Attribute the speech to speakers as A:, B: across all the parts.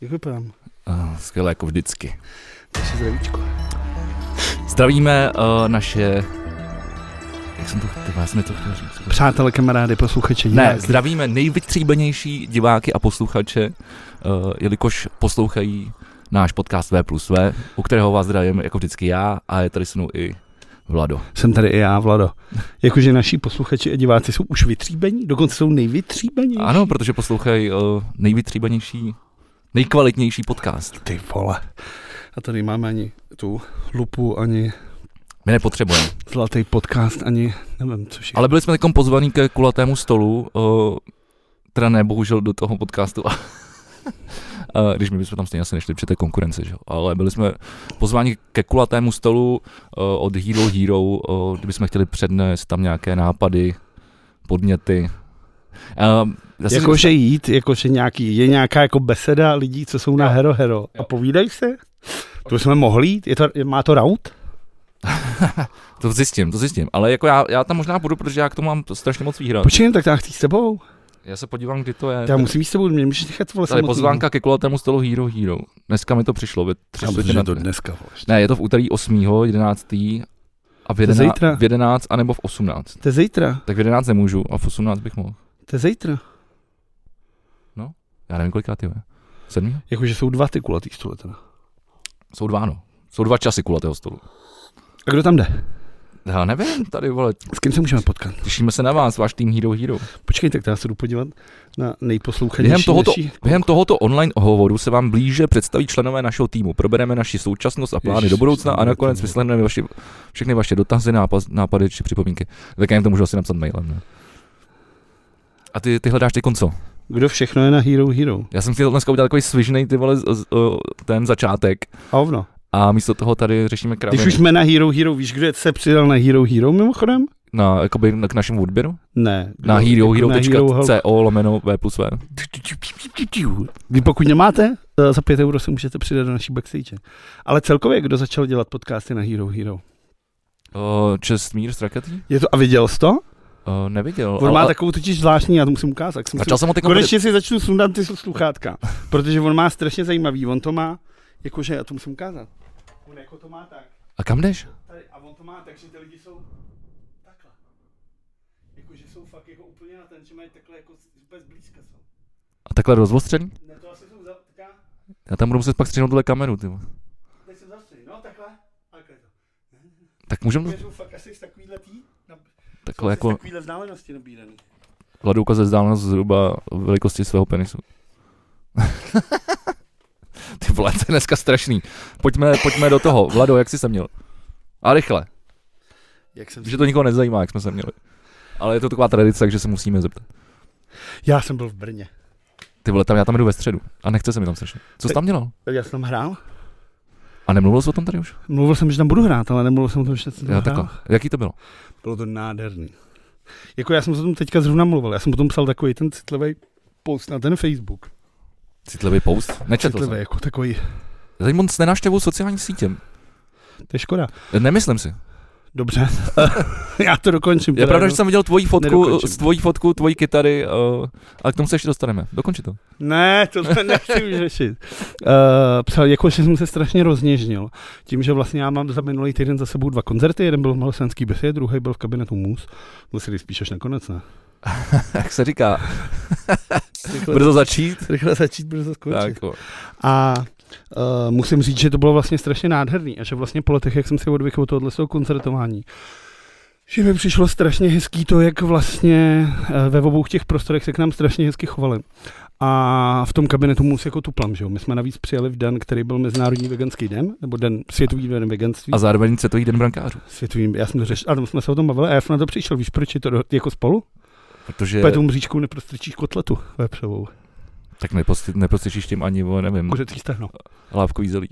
A: Děkuji pán.
B: Eh, Skvělé jako vždycky.
A: Vaše zdravíčko.
B: Zdravíme uh, naše... Jak jsem to... Tyba, já jsem to chtěl říct.
A: Přátelé, kamarády, posluchači.
B: Ne,
A: diváky.
B: zdravíme nejvytříbenější diváky a posluchače, uh, jelikož poslouchají náš podcast V plus V, u kterého vás zdravím jako vždycky já a je tady se mnou i Vlado.
A: Jsem tady i já, Vlado. Jakože naši posluchači a diváci jsou už vytříbení, dokonce jsou nejvytříbení.
B: Ano, protože poslouchají uh, nejvytříbenější, nejkvalitnější podcast.
A: Ty vole. A tady máme ani tu lupu, ani
B: My nepotřebujeme.
A: zlatý podcast, ani nevím, co všechno.
B: Ale byli jsme takom pozvaní ke kulatému stolu, uh, teda ne, bohužel do toho podcastu, Eh, když my bychom tam stejně asi nešli, protože to je konkurence, že? jo. ale byli jsme pozváni ke kulatému stolu eh, od Hero Hero, eh, kdybychom chtěli přednést tam nějaké nápady, podněty. Eh, já si myslím,
A: Jakože jít, jakože nějaký, je nějaká jako beseda lidí, co jsou na
B: Jo.
A: hero hero a
B: Jo.
A: povídají se? To jsme mohli jít? Je to, je- má to raut?
B: to zjistím, to zjistím, ale jako já, já tam možná budu, protože já k tomu mám strašně moc výhrad.
A: Počkej, tak já chci s tebou.
B: Já se podívám, kdy to je.
A: Já musím jít s tebou, mě můžeš nechat vole
B: Tady
A: samotnýho.
B: pozvánka ke kulatému stolu Hero Hero. Dneska mi to přišlo ve tři
A: Já myslím,
B: čtvrtě
A: že
B: na
A: to
B: tři.
A: dneska. Vole, ještě.
B: Ne, je to v úterý 8. 11. a v,
A: je
B: 11,
A: zítra.
B: v 11 anebo v 18.
A: To je zítra,
B: Tak v 11 nemůžu a v 18 bych mohl.
A: to je zítra.
B: Já nevím, koliká ty je. Sedmý?
A: Jakože jsou dva ty kulatý stole teda.
B: Jsou dva, no. Jsou dva časy kulatého stolu.
A: A kdo tam jde?
B: Já nevím, tady vole,
A: S kým se můžeme potkat?
B: těšíme se na vás, váš tým Hero Hero.
A: Počkej, tak já se jdu podívat na nejposlouchanější
B: Během tohoto,
A: naší...
B: během tohoto online hovoru se vám blíže představí členové našeho týmu. Probereme naši současnost a plány
A: Ježiš,
B: do budoucna
A: to
B: a
A: je
B: nakonec
A: to.
B: vyslechneme vaši, všechny vaše dotazy, nápad, nápady či připomínky. Tak já jim to můžu asi napsat mailem. Ne? A ty, ty hledáš ty konco?
A: Kdo všechno je na Hero Hero?
B: Já jsem chtěl dneska udělat takový svižnej ty vole, z- z- o, ten začátek
A: A ovno.
B: a místo toho tady řešíme
A: Když
B: kraviny.
A: už jsme na Hero Hero, víš, kdo se přidal na Hero Hero mimochodem?
B: Na, jakoby, na, k našemu odběru?
A: Ne.
B: Na
A: Kdo- jako
B: herohero.co lomeno V plus V.
A: Vy pokud nemáte, eh, za 5 euro se můžete přidat do naší backstage. Ale celkově, kdo začal dělat podcasty na Hero Hero?
B: O, Čestmír z Raketí?
A: Je to, a viděl jsi to?
B: O, neviděl.
A: On má takovou totiž zvláštní, já to musím ukázat. jak Jsem si...
B: Začal jsem ho teď
A: Konečně si začnu sundat ty sluchátka, protože on má strašně zajímavý, on to má, jakože, já to musím ukázat. On jako to má tak.
B: A kam jdeš?
A: Tady, a on to má tak, že ty lidi jsou takhle. Jakože jsou fakt jako úplně na ten, že mají takhle jako bez blízka jsou.
B: A takhle rozostřený?
A: Ne, to asi jsou za, taká,
B: Já tam budu muset pak střihnout tuhle kameru, ty. vole.
A: teď jsem zastřelil, no takhle, takhle to.
B: Tak můžeme
A: Věřu fakt asi z takovýhle tý, na,
B: takhle
A: jako... z
B: jako
A: takovýhle vzdálenosti nabíraný.
B: Vladu ukazuje vzdálenost zhruba velikosti svého penisu. Ty vole, to je dneska strašný. Pojďme, pojďme do toho. Vlado, jak jsi se měl? A rychle,
A: Jak jsem
B: že to nikoho nezajímá, jak jsme se měli. Ale je to taková tradice, takže se musíme zeptat.
A: Já jsem byl v Brně.
B: Ty vole, tam já tam jdu ve středu a nechce se mi tam strašně. Co jsi tam dělal?
A: Já jsem tam hrál.
B: A nemluvil jsi o tom tady už?
A: Mluvil jsem, že tam budu hrát, ale nemluvil jsem o tom, že jsem tam
B: No, Já
A: hrál.
B: takhle. Jaký to bylo?
A: Bylo to nádherný. Jako já jsem se o tom teďka zrovna mluvil, já jsem o tom psal takový ten citlivý post na ten Facebook.
B: Citlivý post? Nečetl
A: citlivý,
B: jsem.
A: jako takový,
B: Zajímavé s nenáštěvou sociální sítě.
A: to je škoda.
B: Nemyslím si.
A: Dobře, já to dokončím.
B: Je
A: teda,
B: pravda,
A: no.
B: že jsem viděl tvoji fotku,
A: Nedokončím.
B: s tvojí fotku, tvojí kytary, uh, ale k tomu se ještě dostaneme. Dokonči to.
A: Ne, tohle nechci už řešit. Uh, psal, jako, že jsem se strašně rozněžnil. Tím, že vlastně já mám za minulý týden za sebou dva koncerty, jeden byl v Malosenský besě, druhý byl v kabinetu Mus. Museli spíš až nakonec, ne?
B: Jak se říká,
A: Rychle,
B: brzo začít.
A: rychle začít, brzo skončit.
B: Tak, jo.
A: A uh, musím říct, že to bylo vlastně strašně nádherný a že vlastně po letech, jak jsem si odvykl od tohohle svého koncertování, že mi přišlo strašně hezký to, jak vlastně eh, ve obou těch prostorech se k nám strašně hezky chovali. A v tom kabinetu mus jako tuplam, že jo. My jsme navíc přijeli v den, který byl Mezinárodní veganský den, nebo den Světový den veganství.
B: a zároveň se to jít den brankářů.
A: Světový, já jsem to řešil, a tam jsme se o tom bavili a já jsem na to přišel, víš, proč je to do- jako spolu?
B: Protože
A: Protože tomu říčku neprostrčíš kotletu vepřovou,
B: tak neposti- neprostičíš tím ani, vole, nevím,
A: kuřecí stehno.
B: lávkový zelí.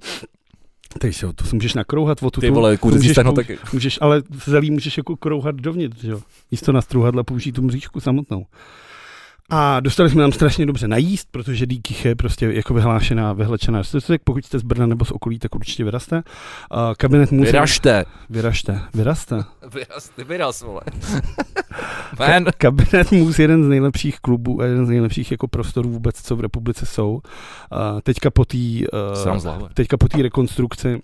A: Teď jo, to si můžeš nakrouhat o tu
B: Ty vole, kuřecí
A: můžeš
B: stehno
A: použ-
B: taky.
A: Můžeš, ale zelí můžeš jako krouhat dovnitř, že jo? Místo na struhadla použít tu mřížku samotnou. A dostali jsme tam strašně dobře najíst, protože Dýkych je prostě jako vyhlášená, vyhlečená restaurace. Pokud jste z Brna nebo z okolí, tak určitě vyraste. Uh, kabinet musí...
B: Vyražte.
A: Vyražte. Vyraste.
B: Vyraz, ty vyraz, vole.
A: Ka-
B: Man.
A: Kabinet Mus je jeden z nejlepších klubů a jeden z nejlepších jako prostorů vůbec, co v republice jsou. A teďka po té
B: Sám z hlavy.
A: teďka po té rekonstrukci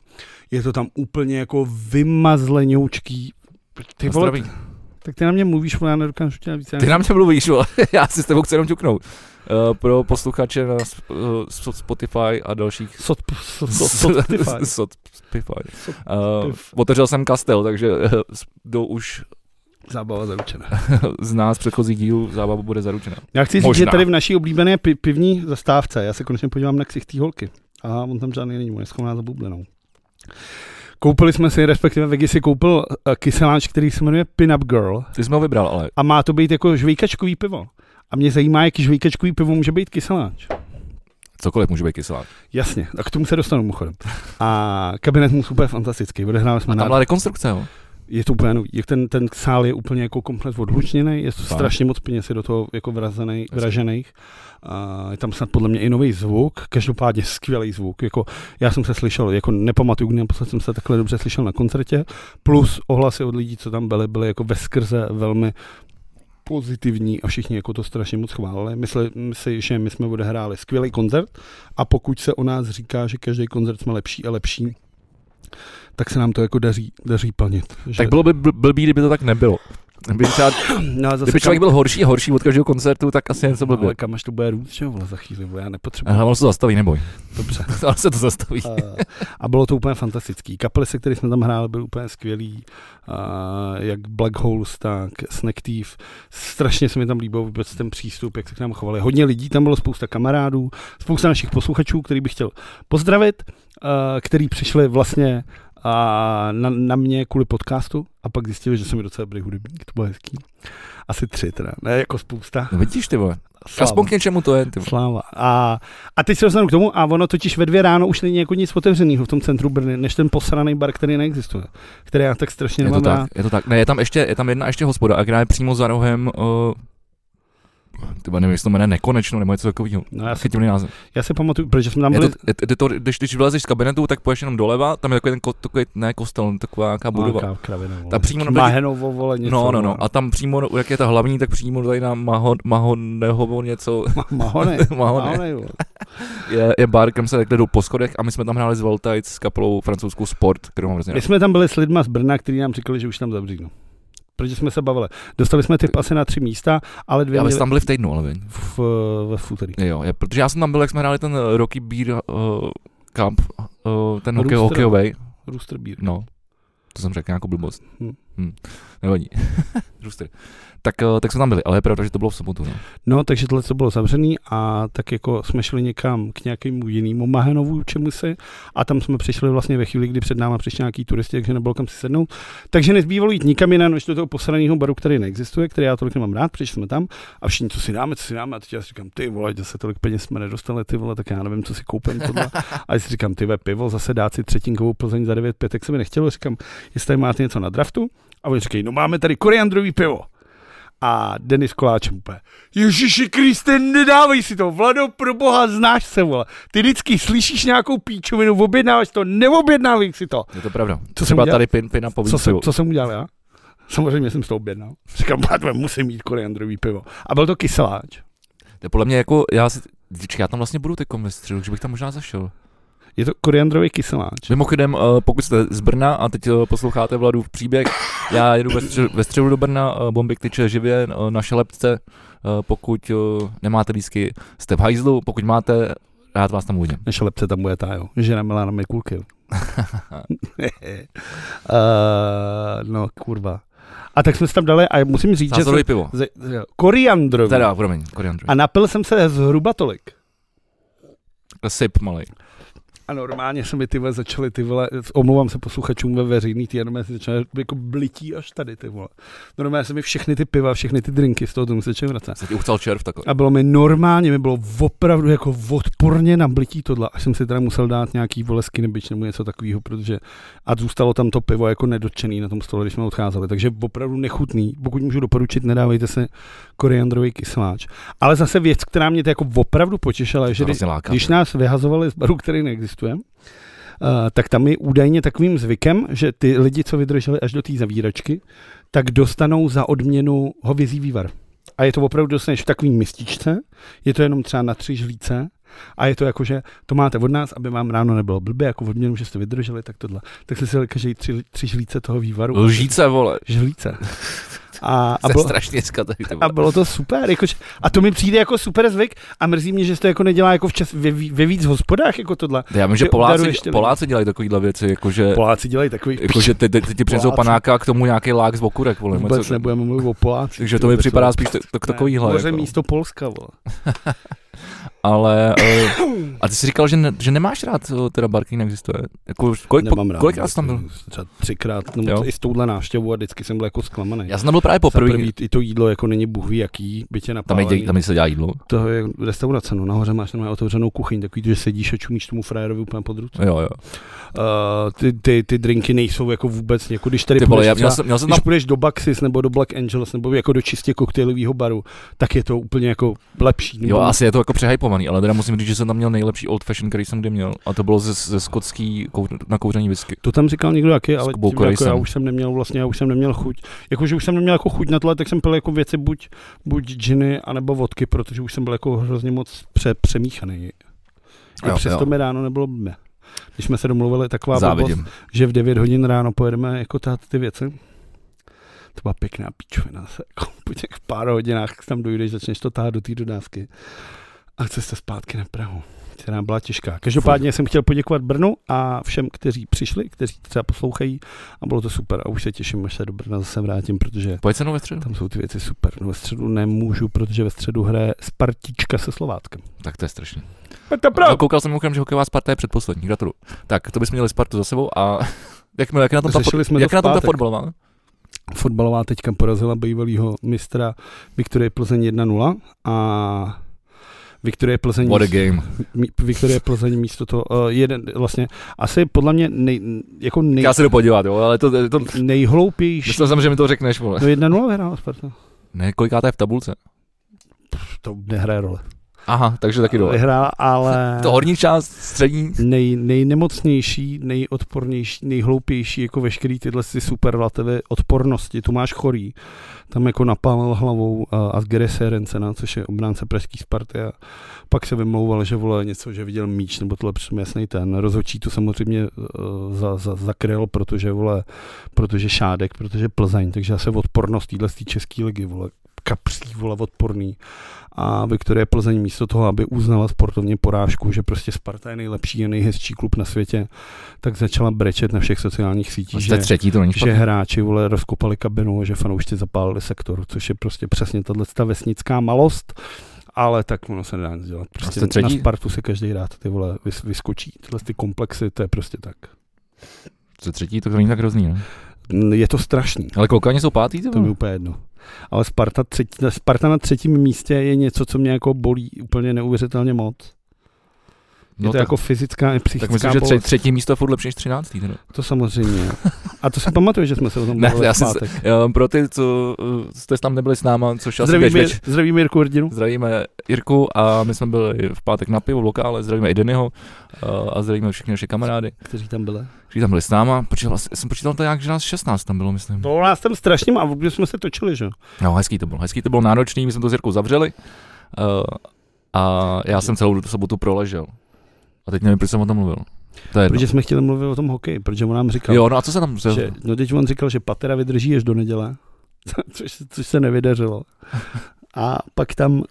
A: je to tam úplně jako vymazleňoučký. Ty
B: Na
A: vole,
B: zdraví.
A: tak ty na mě mluvíš, vole, já nedokážu tě víc.
B: Ty na mě mluvíš, vole. já si s tebou chci jenom ťuknout. Uh, pro posluchače na sp- uh, s- Spotify a dalších
A: Sot, sot, sot, Spotify.
B: Sot- Spotify. Uh, otevřel jsem kastel, takže uh, kdo už
A: Zábava zaručená.
B: zná z předchozích dílů, zábava bude zaručena.
A: Já chci říct,
B: Možná.
A: že tady v naší oblíbené pi- pivní zastávce, já se konečně podívám na ksichtý holky. A on tam žádný není, on je schovaná za bublenou. Koupili jsme si, respektive Vegi si koupil eh, kyseláč, který se jmenuje Pinup Girl
B: Ty jsi mi ho vybral, ale
A: a má to být jako žvejkačkový pivo. A mě zajímá, jaký žvejkačkový pivo může být kyseláč.
B: cokoliv může být kyselá.
A: Jasně, a k tomu se dostanu mimochodem. A kabinet mu super fantastický, odehráli jsme
B: A tam
A: na
B: byla rekonstrukce, jo.
A: je to úplně nový. Jak ten, ten sál je úplně jako komplet odlučněný, je to strašně moc peněz je do toho jako vrazený, vražených. A je tam snad podle mě i nový zvuk, každopádně skvělý zvuk. Jako, já jsem se slyšel, jako nepamatuju, kdy naposled jsem se takhle dobře slyšel na koncertě, plus ohlasy od lidí, co tam byly, byly jako ve skrze velmi pozitivní a všichni jako to strašně moc chválili. Myslím si, že my jsme odehráli skvělý koncert a pokud se o nás říká, že každý koncert jsme lepší a lepší, tak se nám to jako daří, daří plnit. Že-
B: Tak bylo by bl- blbý, kdyby to tak nebylo. Kdyby, třeba,
A: No, a zase
B: kdyby člověk
A: kam-
B: byl horší a horší od každého koncertu, tak asi
A: No,
B: něco blbě.
A: Ale kam až to bude růst, že jo, vole, za chvíli, vole, já nepotřebuji.
B: Ale ono se to zastaví, neboj.
A: Dobře.
B: Ale se to zastaví.
A: A, a bylo to úplně fantastický. Kapely, se kterými jsme tam hráli, byly úplně skvělý. A, jak Black Holes, tak Snack Thief. Strašně se mi tam líbil vůbec ten přístup, jak se k nám chovali. Hodně lidí, tam bylo spousta kamarádů, spousta našich posluchačů, který bych chtěl pozdravit, a, který přišli vlastně a na, na mě kvůli podcastu a pak zjistili, že jsem je docela dobrý hudebník, to bylo hezký. Asi tři teda, ne jako spousta.
B: No vidíš ty vole,
A: Sláva.
B: aspoň k něčemu to je. Ty. vole.
A: Sláva. A, a teď se dostanu k tomu, a ono totiž ve dvě ráno už není jako nic otevřeného v tom centru Brny, než ten posraný bar, který neexistuje, který já tak strašně
B: Je to
A: nemám rád.
B: tak, je to tak. Ne, je tam ještě, je tam jedna ještě hospoda, a která je přímo za rohem, uh, tyba nevím, jestli to jmenuje nekonečno, nebo něco takového.
A: No, já, si,
B: Chytím název.
A: já si pamatuju, protože jsme tam
B: Je
A: byli,
B: to, je, je to, když, když vylezeš z kabinetu, tak půjdeš jenom doleva, tam je takový ten, ko- takový, ne kostel, taková nějaká budova.
A: Nějaká kravina, vole.
B: Ta přímo na-
A: Mahenovo, vole, něco.
B: No,
A: vole.
B: no, no. A tam přímo, jak je ta hlavní, tak přímo tady na Mahon, Mahonehovo něco,
A: Ma- Mahonej.
B: Mahone.
A: Mahonej, vole.
B: je, je bar, kam se takhle jdou po schodech a my jsme tam hráli s Voltajc s kapelou francouzskou Sport, kterou mám hrozně
A: My
B: rád.
A: jsme tam byli s lidma z Brna, kteří nám říkali, že už tam zavřídnou. Protože jsme se bavili. Dostali jsme typ asi na tři místa, ale dvě
B: Já
A: měli
B: jsme tam byli v týdnu, ale vím.
A: v, v, v úterý.
B: Jo, je, protože já jsem tam byl, jak jsme hráli ten eh, Rocky Beer uh, Cup, uh, ten
A: Rooster.
B: hokej, hokejovej,
A: Rooster Beer.
B: no. To jsem řekl nějakou blbost.
A: Hm.
B: Hm. Nevadí. Rooster. Tak, eh, tak jsme tam byli, ale je pravda, že to bylo v sobotu. No.
A: No, takže tohle to bylo zavřený a tak jako jsme šli někam k nějakému jinému Mahenovu čemu si a tam jsme přišli vlastně ve chvíli, kdy před náma přišli nějaký turisti, takže nebylo kam si sednout. Takže nezbývalo jít nikam jinam, než do toho posraného baru, který neexistuje, který já tolik nemám rád, přišli jsme tam a všichni, co si dáme, co si dáme, a teď já si říkám, ty vole, zase tolik peněz jsme nedostali, ty vole, tak já nevím, co si koupím tohle. A já si říkám, ty ve pivo, zase dát si třetinkovou plzeň za 9,5, tak se mi nechtělo, říkám, jestli tady máte něco na draftu. A oni říkají, no máme tady koriandrový pivo. A Denis Koláčem úplně, Ježíši Kriste, nedávej si to, Vlado, pro boha, znáš se, vole. Ty vždycky slyšíš nějakou píčovinu, objednáváš to, neobjednávej si to.
B: Je to pravda.
A: Co jsem
B: Třeba
A: udělal?
B: tady pin, pin a
A: Co jsem,
B: povídku.
A: co jsem udělal já? Samozřejmě jsem z toho objednal. Říkám, bratve, musím mít koriandrový pivo. A byl to kyseláč.
B: To je podle mě jako, já si, Díček, já tam vlastně budu teď ve středu, takže bych tam možná zašel.
A: Je to koriandrový kyseláč.
B: Mimochodem, eh, pokud jste z Brna a teď eh, posloucháte Vladu v příběh, já jedu ve středu, ve středu do Brna, eh, bombik tyče živě eh, na šelepce, eh, pokud eh, nemáte lísky, jste v hajzlu, pokud máte, rád vás tam uvidím.
A: Naše lepce tam bude ta, jo. Žena milá na mě kulky. jo. Eh, no, kurva. A tak jsme se tam dali a musím říct, že...
B: Sázorové pivo.
A: Ze, ze, koriandrový.
B: Teda, promiň, koriandr.
A: A napil jsem se zhruba tolik.
B: Sip malej.
A: A normálně se mi ty vole začaly ty vole, omlouvám se posluchačům ve veřejný tý, normálně se začaly jako blití až tady ty vole. Normálně se mi všechny ty piva, všechny ty drinky z toho tomu se začaly vracet.
B: Se ti uchcal červ takhle.
A: A bylo mi normálně, mi bylo opravdu jako odporně na blití tohle, až jsem si teda musel dát nějaký vole skinnybič nebo něco takového, protože a zůstalo tam to pivo jako nedotčený na tom stole, když jsme odcházeli, takže opravdu nechutný. Pokud můžu doporučit, nedávejte se koriandrový kysláč. Ale zase věc, která mě to jako opravdu potěšila, je, že když,
B: Hrozně láká.
A: když nás vyhazovali z baru, který neexistuje, eh, tak tam je údajně takovým zvykem, že ty lidi, co vydrželi až do té zavíračky, tak dostanou za odměnu hovězí vývar. A je to opravdu, dostaneš v takový mističce, je to jenom třeba na tři žlíce a je to jako, že to máte od nás, aby vám ráno nebylo blbě, jako odměnu, že jste vydrželi, tak tohle. Tak jste si dali každý tři, tři žlíce toho vývaru.
B: Lžíce, vole.
A: Žlíce. A, a,
B: A
A: bylo,
B: strašně skatej,
A: a
B: ty vole.
A: bylo to super, jakože, a to mi přijde jako super zvyk a mrzí mě, že se to jako nedělá jako v čas, ve, ví- ve víc hospodách jako tohle.
B: Já vím, že
A: že
B: Poláci,
A: obdaruješ ty lidi.
B: Poláci dělají takovýhle věci, jakože...
A: Poláci dělají takový
B: Jakože ty, ty, ty ti přinesou
A: Poláci.
B: panáka a k tomu nějaký lák z okurek, vole. nebo
A: Vůbec
B: něco-
A: nebudeme mluvit o Polácích.
B: Takže
A: ty
B: to mi
A: vole,
B: připadá
A: vole.
B: spíš to- to-
A: Ne,
B: takovýhle.
A: Moře
B: jako.
A: místo Polska, vole.
B: Ale, eh, a ty jsi říkal, že, ne, že nemáš rád, eh, teda Barky neexistuje. Jako, kolik, po, kolikrát jsi tam byl?
A: prostě Třeba třikrát, nebo
B: Jo.
A: i s touhle návštěvou a vždycky jsem byl jako zklamaný.
B: Já jsem tam byl právě poprvé.
A: Za prvý, i to jídlo jako není bůh ví jaký, bytě
B: Tam,
A: napálený.
B: je, tam je se dělá jídlo.
A: To je restaurace, no nahoře máš normálně otevřenou kuchyň, takový, to, že sedíš a čumíš tomu frajerovi úplně pod ruce.
B: Jo, jo.
A: Uh, ty, ty, ty, drinky nejsou jako vůbec, jako když tady
B: Ty vole,
A: půjdeš
B: já,
A: třeba-
B: měl, jsem, měl jsem tam
A: Když půjdeš do Baxis nebo do Black Angels nebo jako do čistě koktejlového baru, tak je to úplně jako lepší.
B: Jo, asi je to jako přehypovaný, ale teda musím říct, že jsem tam měl nejlepší old fashion, který jsem kdy měl. A to bylo ze, ze skotský kou- na kouření whisky.
A: To tam říkal někdo taky, ale
B: Kubou
A: tím, jako já
B: Korejsem.
A: už jsem neměl vlastně, já už jsem neměl chuť. Jakože už jsem neměl jako chuť na tohle, tak jsem pil jako věci buď, buď džiny, anebo vodky, protože už jsem byl jako hrozně moc pře, přemíchaný. A
B: Jo,
A: přesto
B: jo.
A: mi ráno nebylo blbě. Když jsme se domluvili taková blbost,
B: Závidím.
A: že v 9 hodin ráno pojedeme jako tát ty věci, to byla pěkná píčovina. Se, jako, po těch pár hodinách tam dojdeš, začneš to tahat do té dodávky a cesta zpátky na Prahu která byla těžká. Každopádně jsem chtěl poděkovat Brnu a všem, kteří přišli, kteří třeba poslouchají a bylo to super a už se těším, až se do Brna zase vrátím, protože
B: Pojď se mnou ve středu.
A: tam jsou ty věci super. No ve středu nemůžu, protože ve středu hraje Spartička se Slováckem.
B: Tak to je strašný.
A: A to
B: No, koukal jsem mimochodem, že hokejová Sparta je předposlední. Gratuluju. Tak, to bychom měli Spartu za sebou a jak, jak je na tom ta, fo-
A: Řešili jsme
B: jak
A: to
B: je na tom ta
A: zpátek.
B: fotbalová?
A: Fotbalová teďka porazila bývalého mistra Viktorie Plzeň 1-0 a Viktorie Plzeň
B: What a game.
A: mí- Viktorie Plzeň místo to uh, jeden vlastně asi podle mě nej, jako nej,
B: Já se jdu podívat, jo, ale to, to, to
A: nejhloupější.
B: myslel jsem, že mi to řekneš, vole.
A: No 1-0 vyhrála Sparta.
B: Ne, koliká to je v tabulce?
A: To nehraje roli.
B: Aha, takže taky dole.
A: Eh, Vyhrála, ale
B: To horní část, střední.
A: nej, nejnemocnější, nejodpornější, nejhloupější, jako veškerý tyhle ty superlativy odpornosti. Tu máš chorý. Tam jako napálil hlavou uh, Asgerese Rencena, což je obránce pražský Sparty a pak se vymlouval, že vole něco, že viděl míč nebo tohle přitom jasný ten. Rozhodčí to samozřejmě uh, za, za, zakryl, protože vole, protože šádek, protože Plzeň, takže asi odpornost téhle z té české ligy, vole kapří, vole, odporný. A Viktorie Plzeň místo toho, aby uznala sportovně porážku, že prostě Sparta je nejlepší a nejhezčí klub na světě, tak začala brečet na všech sociálních sítích,
B: To je
A: že,
B: třetí, to není
A: že
B: špatný.
A: hráči vole rozkopali kabinu a že fanoušci zapálili sektor, což je prostě přesně tahle ta vesnická malost, ale tak ono se nedá nic dělat. Prostě
B: jste
A: na
B: třetí?
A: Spartu se každý rád ty vole vys- vyskočí. Tyhle ty komplexy, to je prostě tak.
B: To je třetí, to není tak hrozný, no. ne?
A: Mm, Je to strašný.
B: Ale koukání jsou pátý, ty
A: To mi
B: vole?
A: úplně jedno. Ale Sparta, třetí, Sparta na třetím místě je něco, co mě jako bolí úplně neuvěřitelně moc. Je
B: No,
A: to
B: tak,
A: jako fyzická i psychická
B: tak myslím, že
A: bolest.
B: tře- třetí místo je furt lepší než třináctý. Teda.
A: To samozřejmě. A to si pamatuju, že jsme se o tom
B: Ne,
A: bavili
B: já
A: v
B: jsem se-
A: pátek.
B: Jo, Ehm, pro ty, co eh, jste tam nebyli s náma, což asi
A: Zdravím,
B: beč,
A: Jir,
B: beč.
A: zdravím Jirku Hrdinu.
B: Zdravíme Jirku a my jsme byli v pátek na pivu v lokále, zdravíme i Dennyho eh, a zdravíme všechny naše kamarády,
A: Kteří tam byli?
B: kteří tam byli s náma. Počítal, jsem počítal to nějak, že nás 16 tam bylo, myslím.
A: To nás tam strašně a když jsme se točili, že? jo?
B: No, hezký to bylo, hezký to bylo náročný, my jsme to s Jirkou zavřeli uh, a já jsem celou tu sobotu proležel. A teď nevím, proč jsem o tom mluvil. To je jedno.
A: Protože jsme chtěli mluvit o tom hokeji, protože on nám říkal,
B: Jo, no a co se tam... Se,
A: že, no teď on říkal, že Patera vydrží až do neděle, což, což se nevydařilo. A pak tam, uh,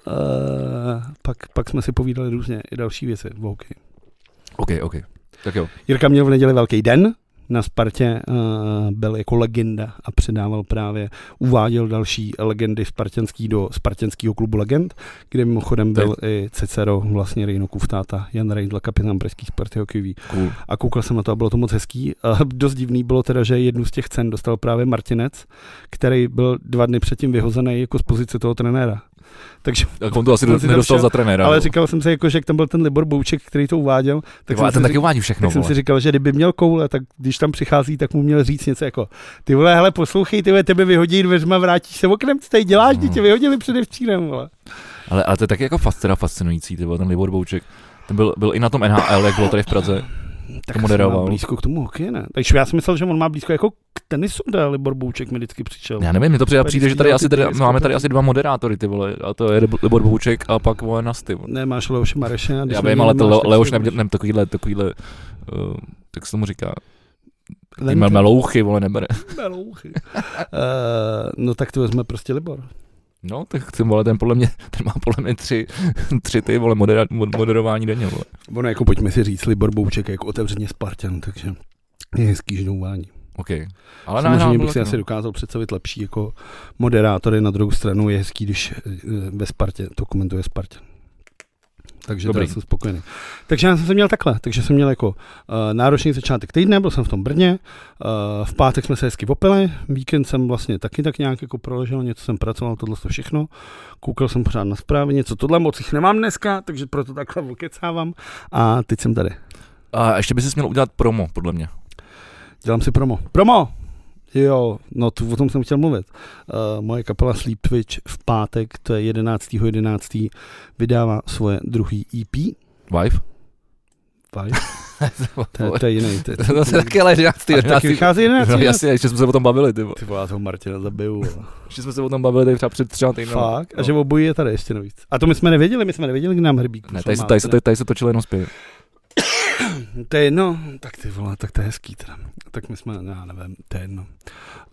A: pak, pak jsme si povídali různě i další věci v hokeji.
B: OK, OK. Tak jo.
A: Jirka měl v neděli velký den, na Spartě uh, byl jako legenda a předával právě, uváděl další legendy spartanský do spartanského klubu legend, kde mimochodem byl i Cicero, vlastně Rejno Kuftáta, Jan Rejdl, kapitán pražských Sparty hokejový.
B: Cool.
A: A koukal jsem na to a bylo to moc hezký. A dost divný bylo teda, že jednu z těch cen dostal právě Martinec, který byl dva dny předtím vyhozený jako z pozice toho trenéra. Takže,
B: Tak on to asi
A: No, On si tam
B: nedostal
A: šel,
B: za trenéra.
A: ale
B: no.
A: říkal jsem si, jako, že jak tam byl ten Libor Bouček, který to uváděl, tak,
B: Ty vole,
A: jsem,
B: ten
A: si
B: taky
A: říkal,
B: uvádí všechno.
A: tak jsem si
B: No vole.
A: říkal, že kdyby měl koule, tak když tam přichází, tak mu měl říct něco jako ty vole, hele, poslouchej, ty vole, tebe vyhodí dveřma, vrátíš se oknem, co tady děláš,
B: Hmm.
A: hmm. tě vyhodili předevčírem, vole.
B: Ale, ale to je taky jako fas, teda fascinující, ty vole, ten Libor Bouček. Ten byl, byl i na tom NHL, jak bylo tady v Praze.
A: Tak
B: To
A: asi
B: moderoval.
A: má blízko k tomu hokeji, ne? Takže já si myslel, že on má blízko jako k tenisu, da Libor Bouček mi vždycky přišel.
B: Já nevím, mi to přijde,
A: Tady
B: přijde že
A: stíhal
B: tady
A: ty
B: asi tady,
A: dvě
B: máme tady
A: skupiny.
B: asi dva moderátory, ty vole, a to je Libor Bouček a pak vole Nasty. vole.
A: Ne, máš Leoše Mareše. a když
B: Já
A: na
B: vím,
A: něj
B: ale to
A: nemáš,
B: Le-
A: tak
B: Leoš
A: si ho
B: nem,
A: budeš-
B: nem takovýhle, takovýhle, uh, jak se tomu říká, ty
A: Len-
B: melouchy, vole, nebere.
A: Melouchy. Eh, no tak to vezme prostě Libor.
B: No, tak ten, vole, ten podle mě, ten má podle mě tři, tři ty, vole, modera, mod- moderování denně, vole.
A: Ono jako pojďme si říct, Libor Bouček je jako otevřeně Spartan, takže je hezký, že uvání.
B: OK. Ale na- na-
A: Samozřejmě bych si
B: no.
A: asi dokázal představit lepší jako moderátory, na druhou stranu je hezký, když eh, ve Spartě to komentuje Spartan. Takže
B: Dobrý.
A: Dobrý. jsem spokojený. Takže já jsem se měl takhle, takže jsem měl jako uh, náročný začátek týdne, byl jsem v tom Brně, uh, v pátek jsme se hezky popili, víkend jsem vlastně taky tak nějak jako proležel, něco jsem pracoval, tohle to všechno, koukal jsem pořád na zprávy, něco tohle moc jich nemám dneska, takže proto takhle okecávám a teď jsem tady.
B: A ještě by si měl udělat promo, podle mě.
A: Dělám si promo. Promo! Jo, no to, o tom jsem chtěl mluvit. Uh, moje kapela Sleep Twitch v pátek, to je 11.11. 11. vydává svoje druhý E EP.
B: Vive?
A: Fajn, to, je- to je jiný. To, je-
B: to se taky ale říká, ty
A: a taky
B: 11.
A: vychází 11.
B: No, jasně, ještě jsme se o tom bavili, ty vole.
A: Ty vole, já toho Martina zabiju. vole.
B: Ještě jsme se o tom bavili tady třeba před třeba týdnem.
A: Fakt? A
B: No.
A: že obojí je tady ještě navíc. A to my jsme nevěděli, my jsme nevěděli, kdy nám hrbík.
B: Ne,
A: co
B: tady se,
A: má,
B: tady, se,
A: teda.
B: tady, tady se točil jenom zpěv.
A: To je jedno, tak ty vole, tak to je hezký teda. Tak my jsme, já nevím, to je jedno.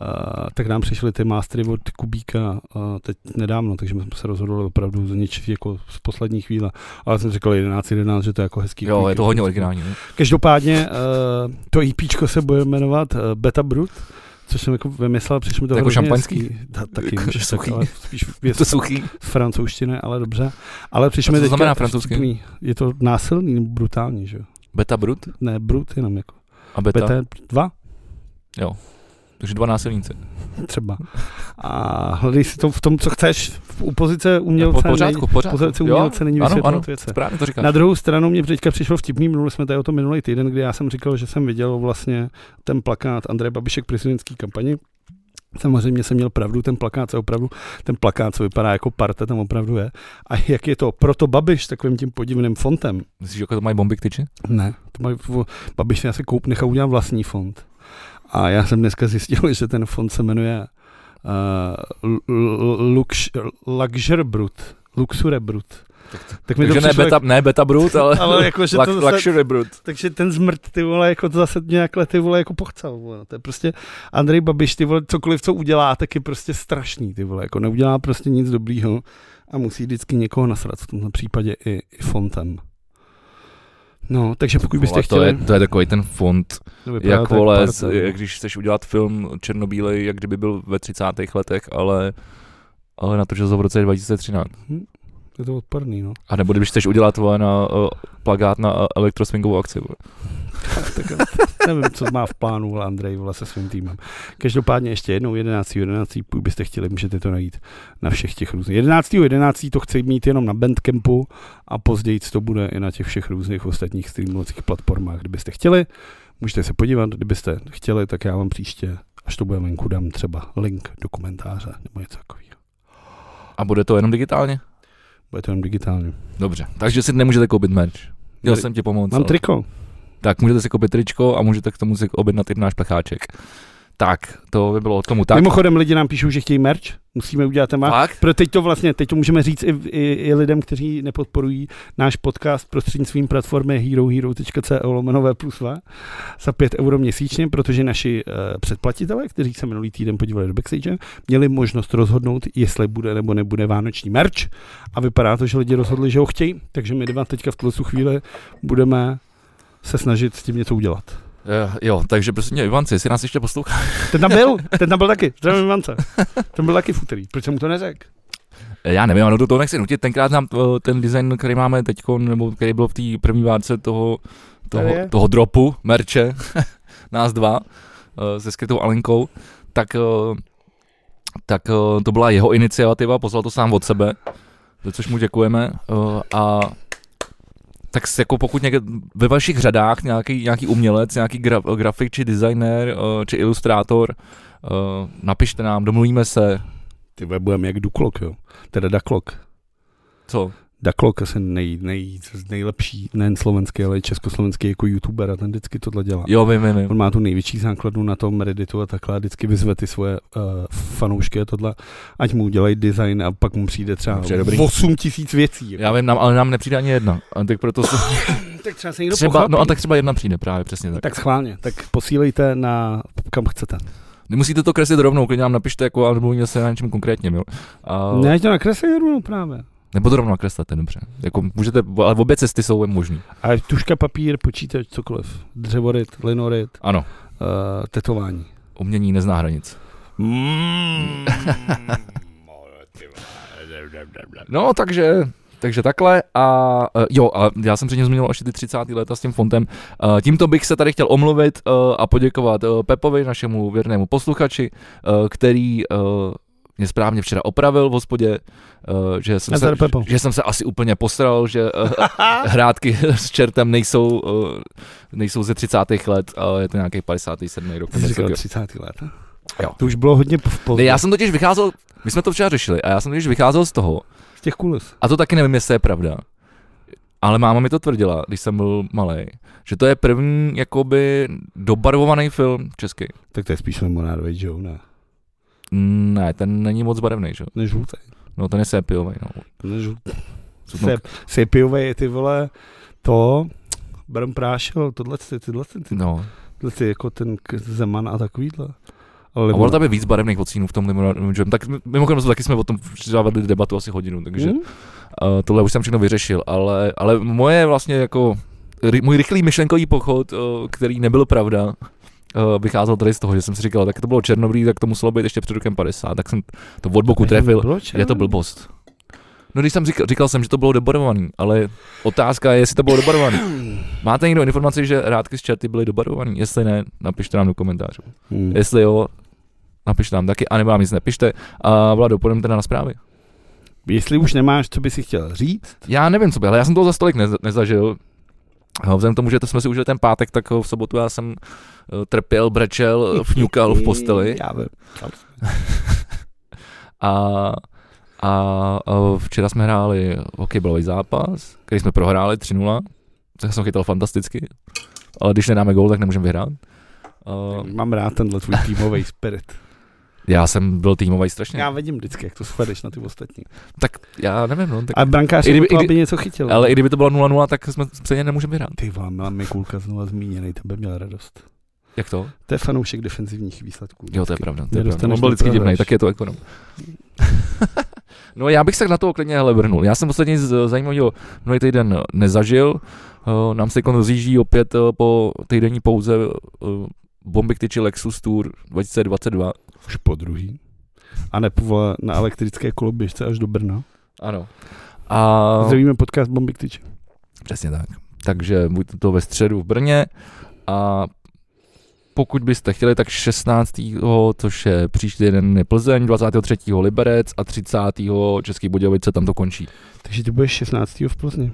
A: Uh, tak nám přišly ty mástry od Kubíka uh, teď nedávno, takže my jsme se rozhodli opravdu z něč jako z poslední chvíle. Ale jsem říkal 11, 11, že to je jako hezký.
B: Jo,
A: klík.
B: je to hodně originální. ne?
A: Každopádně uh, to IPčko se bude jmenovat uh, Beta Brut, což jsem jako vymyslel, přišlo mi to
B: Jako
A: hrozně
B: šampaňský?
A: hezký. Ta, taky
B: Jako
A: můžeš tak,
B: suchý?
A: ale spíš
B: Je
A: věc
B: to suchý.
A: z francouzštiny, ale dobře. Ale přišlo
B: A
A: mi
B: co to
A: teďka
B: znamená francouzsky?
A: vtipný. Je to násilný, nebo brutální, že jo?
B: Beta Brut
A: Ne, brut jenom jako.
B: a Beta.
A: Beta 2?
B: Takže dva násilníci.
A: třeba. A hledej si to v tom, co chceš. U pozice
B: Po,
A: umělce,
B: No, pořádku,
A: není,
B: pořádku.
A: pozice
B: Jo,
A: umělce není
B: ano, ano,
A: vysvětlovat věce.
B: správně to říkáš.
A: Na druhou stranu mě teďka přišlo vtipný, mluvili jsme tady o tom minulý týden, kdy já jsem říkal, že jsem viděl vlastně ten plakát Andreje Babišek prezidentský kampani. Samozřejmě jsem měl pravdu, ten plakát se opravdu, ten plakát, co vypadá jako parta, tam opravdu je. A jak je to proto Babiš s takovým tím podivným fontem?
B: Myslíš, že jako to mají bomby k tyči?
A: Ne, to mají, o- Babiš si asi koup, nechá udělat vlastní fond. A já jsem dneska zjistil, že ten fond se jmenuje uh, L- L- Lux, Luxurbrut. Luxurebrut. Tak
B: Takže ne
A: přišlo
B: beta,
A: jak-
B: ne beta Brut, ale,
A: ale jako, že
B: lux,
A: to zase,
B: Luxury Brut.
A: takže ten zmrt, ty vole, jako to zase nějak ty vole, jako pochcel, vole. To je prostě Andrej Babiš, ty vole, cokoliv, co udělá, tak je prostě strašný, ty vole, jako neudělá prostě nic dobrýho a musí vždycky někoho nasrat, v tomto případě i, i fontem. No, takže pokud byste
B: Vole, to,
A: chtěli...
B: je, to je takový ten fond,
A: To vypadá
B: jak
A: to jak
B: vole,
A: parta. no.
B: z- jak když chceš udělat film černobílej, jak kdyby byl ve 30. letech, ale, ale natočil se v roce 2013.
A: Je to odporný, no.
B: A nebo když chceš udělat vole, na, uh, plagát na uh, elektroswingovou akci. Vole.
A: tak já nevím, co má v plánu vole, Andrej vole, se svým týmem. Každopádně ještě jednou 11. 11. pokud byste chtěli, můžete to najít na všech těch různých. 11. 11. to chci mít jenom na Bandcampu a později to bude i na těch všech různých ostatních streamovacích platformách. Kdybyste chtěli, můžete se podívat, kdybyste chtěli, tak já vám příště, až to bude venku, dám třeba link do komentáře nebo něco takového.
B: A bude to jenom digitálně?
A: Bude to jenom digitálně.
B: Dobře, takže si nemůžete koupit merch. Měl
A: Tady-
B: jsem ti pomoct.
A: Mám
B: ale-
A: triko.
B: Tak můžete si koupit tričko a můžete k tomu si objednat i náš plecháček. Tak, to by bylo k tomu tak.
A: Mimochodem lidi nám píšou, že chtějí merch. Musíme udělat téma.
B: Fakt?
A: Pro teď to vlastně, teď to můžeme říct i, i, i lidem, kteří nepodporují náš podcast prostřednictvím platformy herohero.co lomenové plus V za 5 euro měsíčně, protože naši uh, předplatitelé, kteří se minulý týden podívali do backstage, měli možnost rozhodnout, jestli bude nebo nebude vánoční merch a vypadá to, že lidi rozhodli, že ho chtějí, takže my dva teďka v tuhle tu chvíli budeme se snažit s tím něco udělat.
B: Eh, jo, takže prosím tě, Ivanci, jestli nás ještě poslouchá.
A: Ten tam byl, ten tam byl taky, zdravím Vance. Ten byl taky v úterý, proč jsem mu to neřekl?
B: Eh, Já nevím, ano, do toho nechci nutit. Tenkrát nám eh, ten design, který máme teď, nebo který byl v té první várce toho, toho,
A: Tady je.
B: toho dropu, merče, nás dva, eh, se skrytou Alenkou, tak, eh, tak eh, to byla jeho iniciativa, poslal to sám od sebe, za což mu děkujeme. eh, A tak s- jako pokud někde ve vašich řadách nějaký, nějaký umělec, nějaký gra, grafik či designer eh, či ilustrátor, eh, napište nám, domluvíme se,
A: Ty vole, budeme jak Duklok, jo. Teda Daklok.
B: co
A: Daklok asi nej, nej, nejlepší, nejen slovenský, ale i československý jako youtuber a ten vždycky tohle dělá.
B: Jo, vím, vím, vím.
A: On má tu největší základnu na tom Redditu a takhle a vždycky vyzve ty svoje uh, fanoušky a tohle, ať mu udělají design a pak mu přijde třeba
B: Dobře, dobrý.
A: 8 tisíc věcí. Jo.
B: Já vím, nám, ale nám nepřijde ani jedna. A tak proto se,
A: Tak třeba se někdo
B: třeba, no a tak třeba jedna přijde právě, přesně tak.
A: tak schválně, tak posílejte na kam chcete.
B: Nemusíte to kreslit rovnou, klidně nám napište jako a domluvíme se na něčem konkrétním, jo. A,
A: Ne, ať to nakreslí rovnou právě.
B: Nebo to rovnou nakreslet, to je dobře. Jako můžete, ale obě cesty jsou možný.
A: A tuška, papír, počítač, cokoliv. Dřevoryt, linoryt,
B: Ano,
A: uh, tetování.
B: umění nezná hranic. Mmm.
A: Mm.
B: No, takže, takže takhle a eh, jo, a já jsem předtím zmínil ještě ty 30. léta s tím fontem. Eh, Tímto bych se tady chtěl omluvit eh, a poděkovat eh, Pepovi, našemu věrnému posluchači, eh, který eh, mě správně včera opravil v hospodě, eh, že jsem, se,
A: Nazdar, Pepo.
B: že jsem se asi úplně posral, že eh, hrátky s čertem nejsou, eh, nejsou ze 30. let, ale je to nějaký 57. rok.
A: Ty jsi
B: něco
A: říkal
B: takového.
A: 30. let. ne?
B: Mmm. Jo.
A: To už bylo hodně v
B: Ne,
A: pozdě,
B: já jsem totiž vycházel, my jsme to včera řešili, a já jsem totiž vycházel z toho,
A: z těch kulis.
B: a to taky nevím, jestli je pravda. Ale máma mi to tvrdila, když jsem byl malý, že to je první jakoby dobarvovaný film český.
A: Tak to je spíš limonádový, že jo, ne?
B: Ne, ten není moc barevný, že? jo?
A: Ne žlutý.
B: No, ten je sépiový, no.
A: Ne žlutý.
B: Jsou tam-
A: Sepiové je ty vole to, Brm Prášil, tohle, ty- tyhle, ty-
B: No,
A: tyhle, ty, jako ten k- Zeman a takovýhle. Ale
B: a ono tam je víc barevných odstínů v tom limonádovém džemu. Tak mimochodem, taky jsme o tom včera vedli debatu asi hodinu, takže
A: Hmm?
B: Uh, tohle už jsem všechno vyřešil, ale, ale moje vlastně jako, ry, můj rychlý myšlenkový pochod, uh, který nebyl pravda, uh, vycházel tady z toho, že jsem si říkal, tak to bylo černobrý, tak to muselo být ještě před rokem 50, tak jsem to od boku trefil,
A: Proč?
B: je to blbost. No když jsem říkal, říkal jsem, že to bylo dobarovaný, ale otázka je, jestli to bylo dobarovaný. Máte někdo informaci, že rádky z čerty byly dobarovaný? Jestli ne, napište nám do komentářů.
A: Hmm.
B: Jestli jo, napište nám taky, anebo nám nic nepište. A Vlado, půjdeme teda na zprávy.
A: Jestli už nemáš, co by si chtěl říct,
B: Já nevím, co by, ale já jsem toho za stolik neza, nezažil. Eh, Vzhledem k tomu, že to jsme si užili ten pátek, tak eh, v sobotu já jsem eh, trpěl, brečel, eh, fňukal v posteli
A: Já vím.
B: a, a, eh, včera jsme hráli hokejbalový zápas, který jsme prohráli 3-0, tak jsem chytal fantasticky, ale když nedáme gól, tak nemůžeme vyhrát. Eh,
A: Mám rád tenhle tvůj týmový spirit.
B: Já jsem byl týmový strašně.
A: Já vidím vždycky, jak to svedeš na ty ostatní.
B: Tak já nevím, no, tak,
A: A brankář
B: I
A: je
B: kdyby-
A: to,
B: i kdy-
A: aby něco chytil.
B: ale i kdyby to bylo 0-0, tak jsme stejně nemůžeme vyhrát.
A: Ty vole, Milan Mikulka znova zmíněný, ten by měl radost.
B: Jak to?
A: To je fanoušek defenzivních výsledků.
B: Jo, to je pravda. To je pravda.
A: Nedostaneš,
B: On byl vždycky divný,
A: neprohráš.
B: tak je to ekonom. no já bych se na to klidně hele vrhnul. Já jsem posledně nic eh, zajímavého minulý týden eh, nezažil. Eh, Nám se kon zjíždí opět eh, po týdenní pouze bomby k tyči Lexus Tour 2022.
A: Už po druhý. A nepovole na elektrické koloběžce až do Brna.
B: Ano. A...
A: Zdravíme podcast Bomby k tyči.
B: Přesně tak. Takže buď to ve středu v Brně a pokud byste chtěli, tak 16. což je příští den je Plzeň, 23. Liberec a 30. Český Budějovice, tam to končí.
A: Takže ty budeš 16. v Plzni.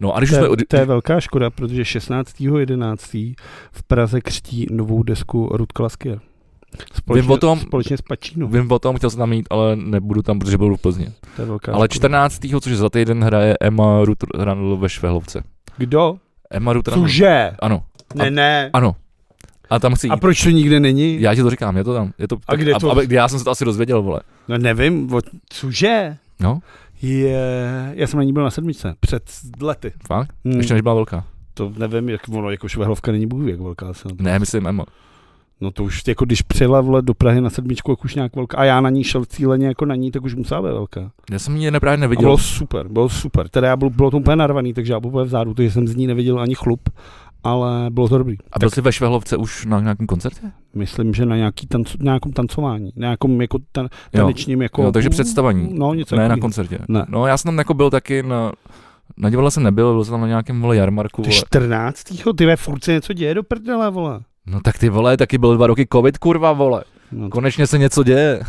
B: No a když
A: To
B: už jsme...
A: je, to je velká škoda, protože 16. 11. v Praze křtí novou desku Ruth Klaskier. Společně,
B: Vím o tom-
A: společně s Pačínou.
B: Vím o tom, chtěl jsem tam jít, ale nebudu tam, protože byl v Plzně.
A: To je velká
B: Ale
A: škoda.
B: 14. což je za týden, hraje Emma Rutranl ve Švehlovce.
A: Kdo?
B: Emma Rutranl.
A: Cože?
B: Ano,
A: Ne, ne.
B: ano. A tam chci
A: A
B: jít.
A: proč to nikde není?
B: Já ti to říkám, je to tam. Je to,
A: A kde to?
B: A, a, já jsem se to asi dozvěděl, vole.
A: No nevím, o, cože?
B: No,
A: Je, já jsem na ní byl na sedmičce, před lety.
B: fakt?
A: Hmm,
B: Ještě než byla velká.
A: To nevím, jak ono, jako švehlovka není bůh, ví, jak velká se na to.
B: Ne, myslím Emma.
A: No to už, jako když přijela vle do Prahy na sedmičku, jak už nějak velká, a já na ní šel cíleně jako na ní, tak už musela být velká.
B: Já jsem ji právě
A: A
B: neviděl.
A: bylo super, bylo super. Teda já byl, bylo to úplně narvaný, takže já byl úplně vzadu, takže jsem z ní neviděl ani chlup. ale bylo to dobrý.
B: A byl jsi ve Švehlovce už na nějakém koncertě?
A: Myslím, že na nějaký tanco, nějakém tancování, na nějakém jako tan, tanečním jako...
B: Jo, takže představení.
A: No, něco
B: Ne, na
A: takového.
B: koncertě.
A: Ne.
B: No, já jsem tam jako byl taky na... Na divadle jsem nebyl, byl jsem tam na nějakém vole jarmarku.
A: Ty
B: Vole.
A: 14. ty ve furt se něco děje do prdele, vole.
B: No tak ty vole, taky byl dva roky covid, kurva vole.
A: No,
B: Konečně se něco děje.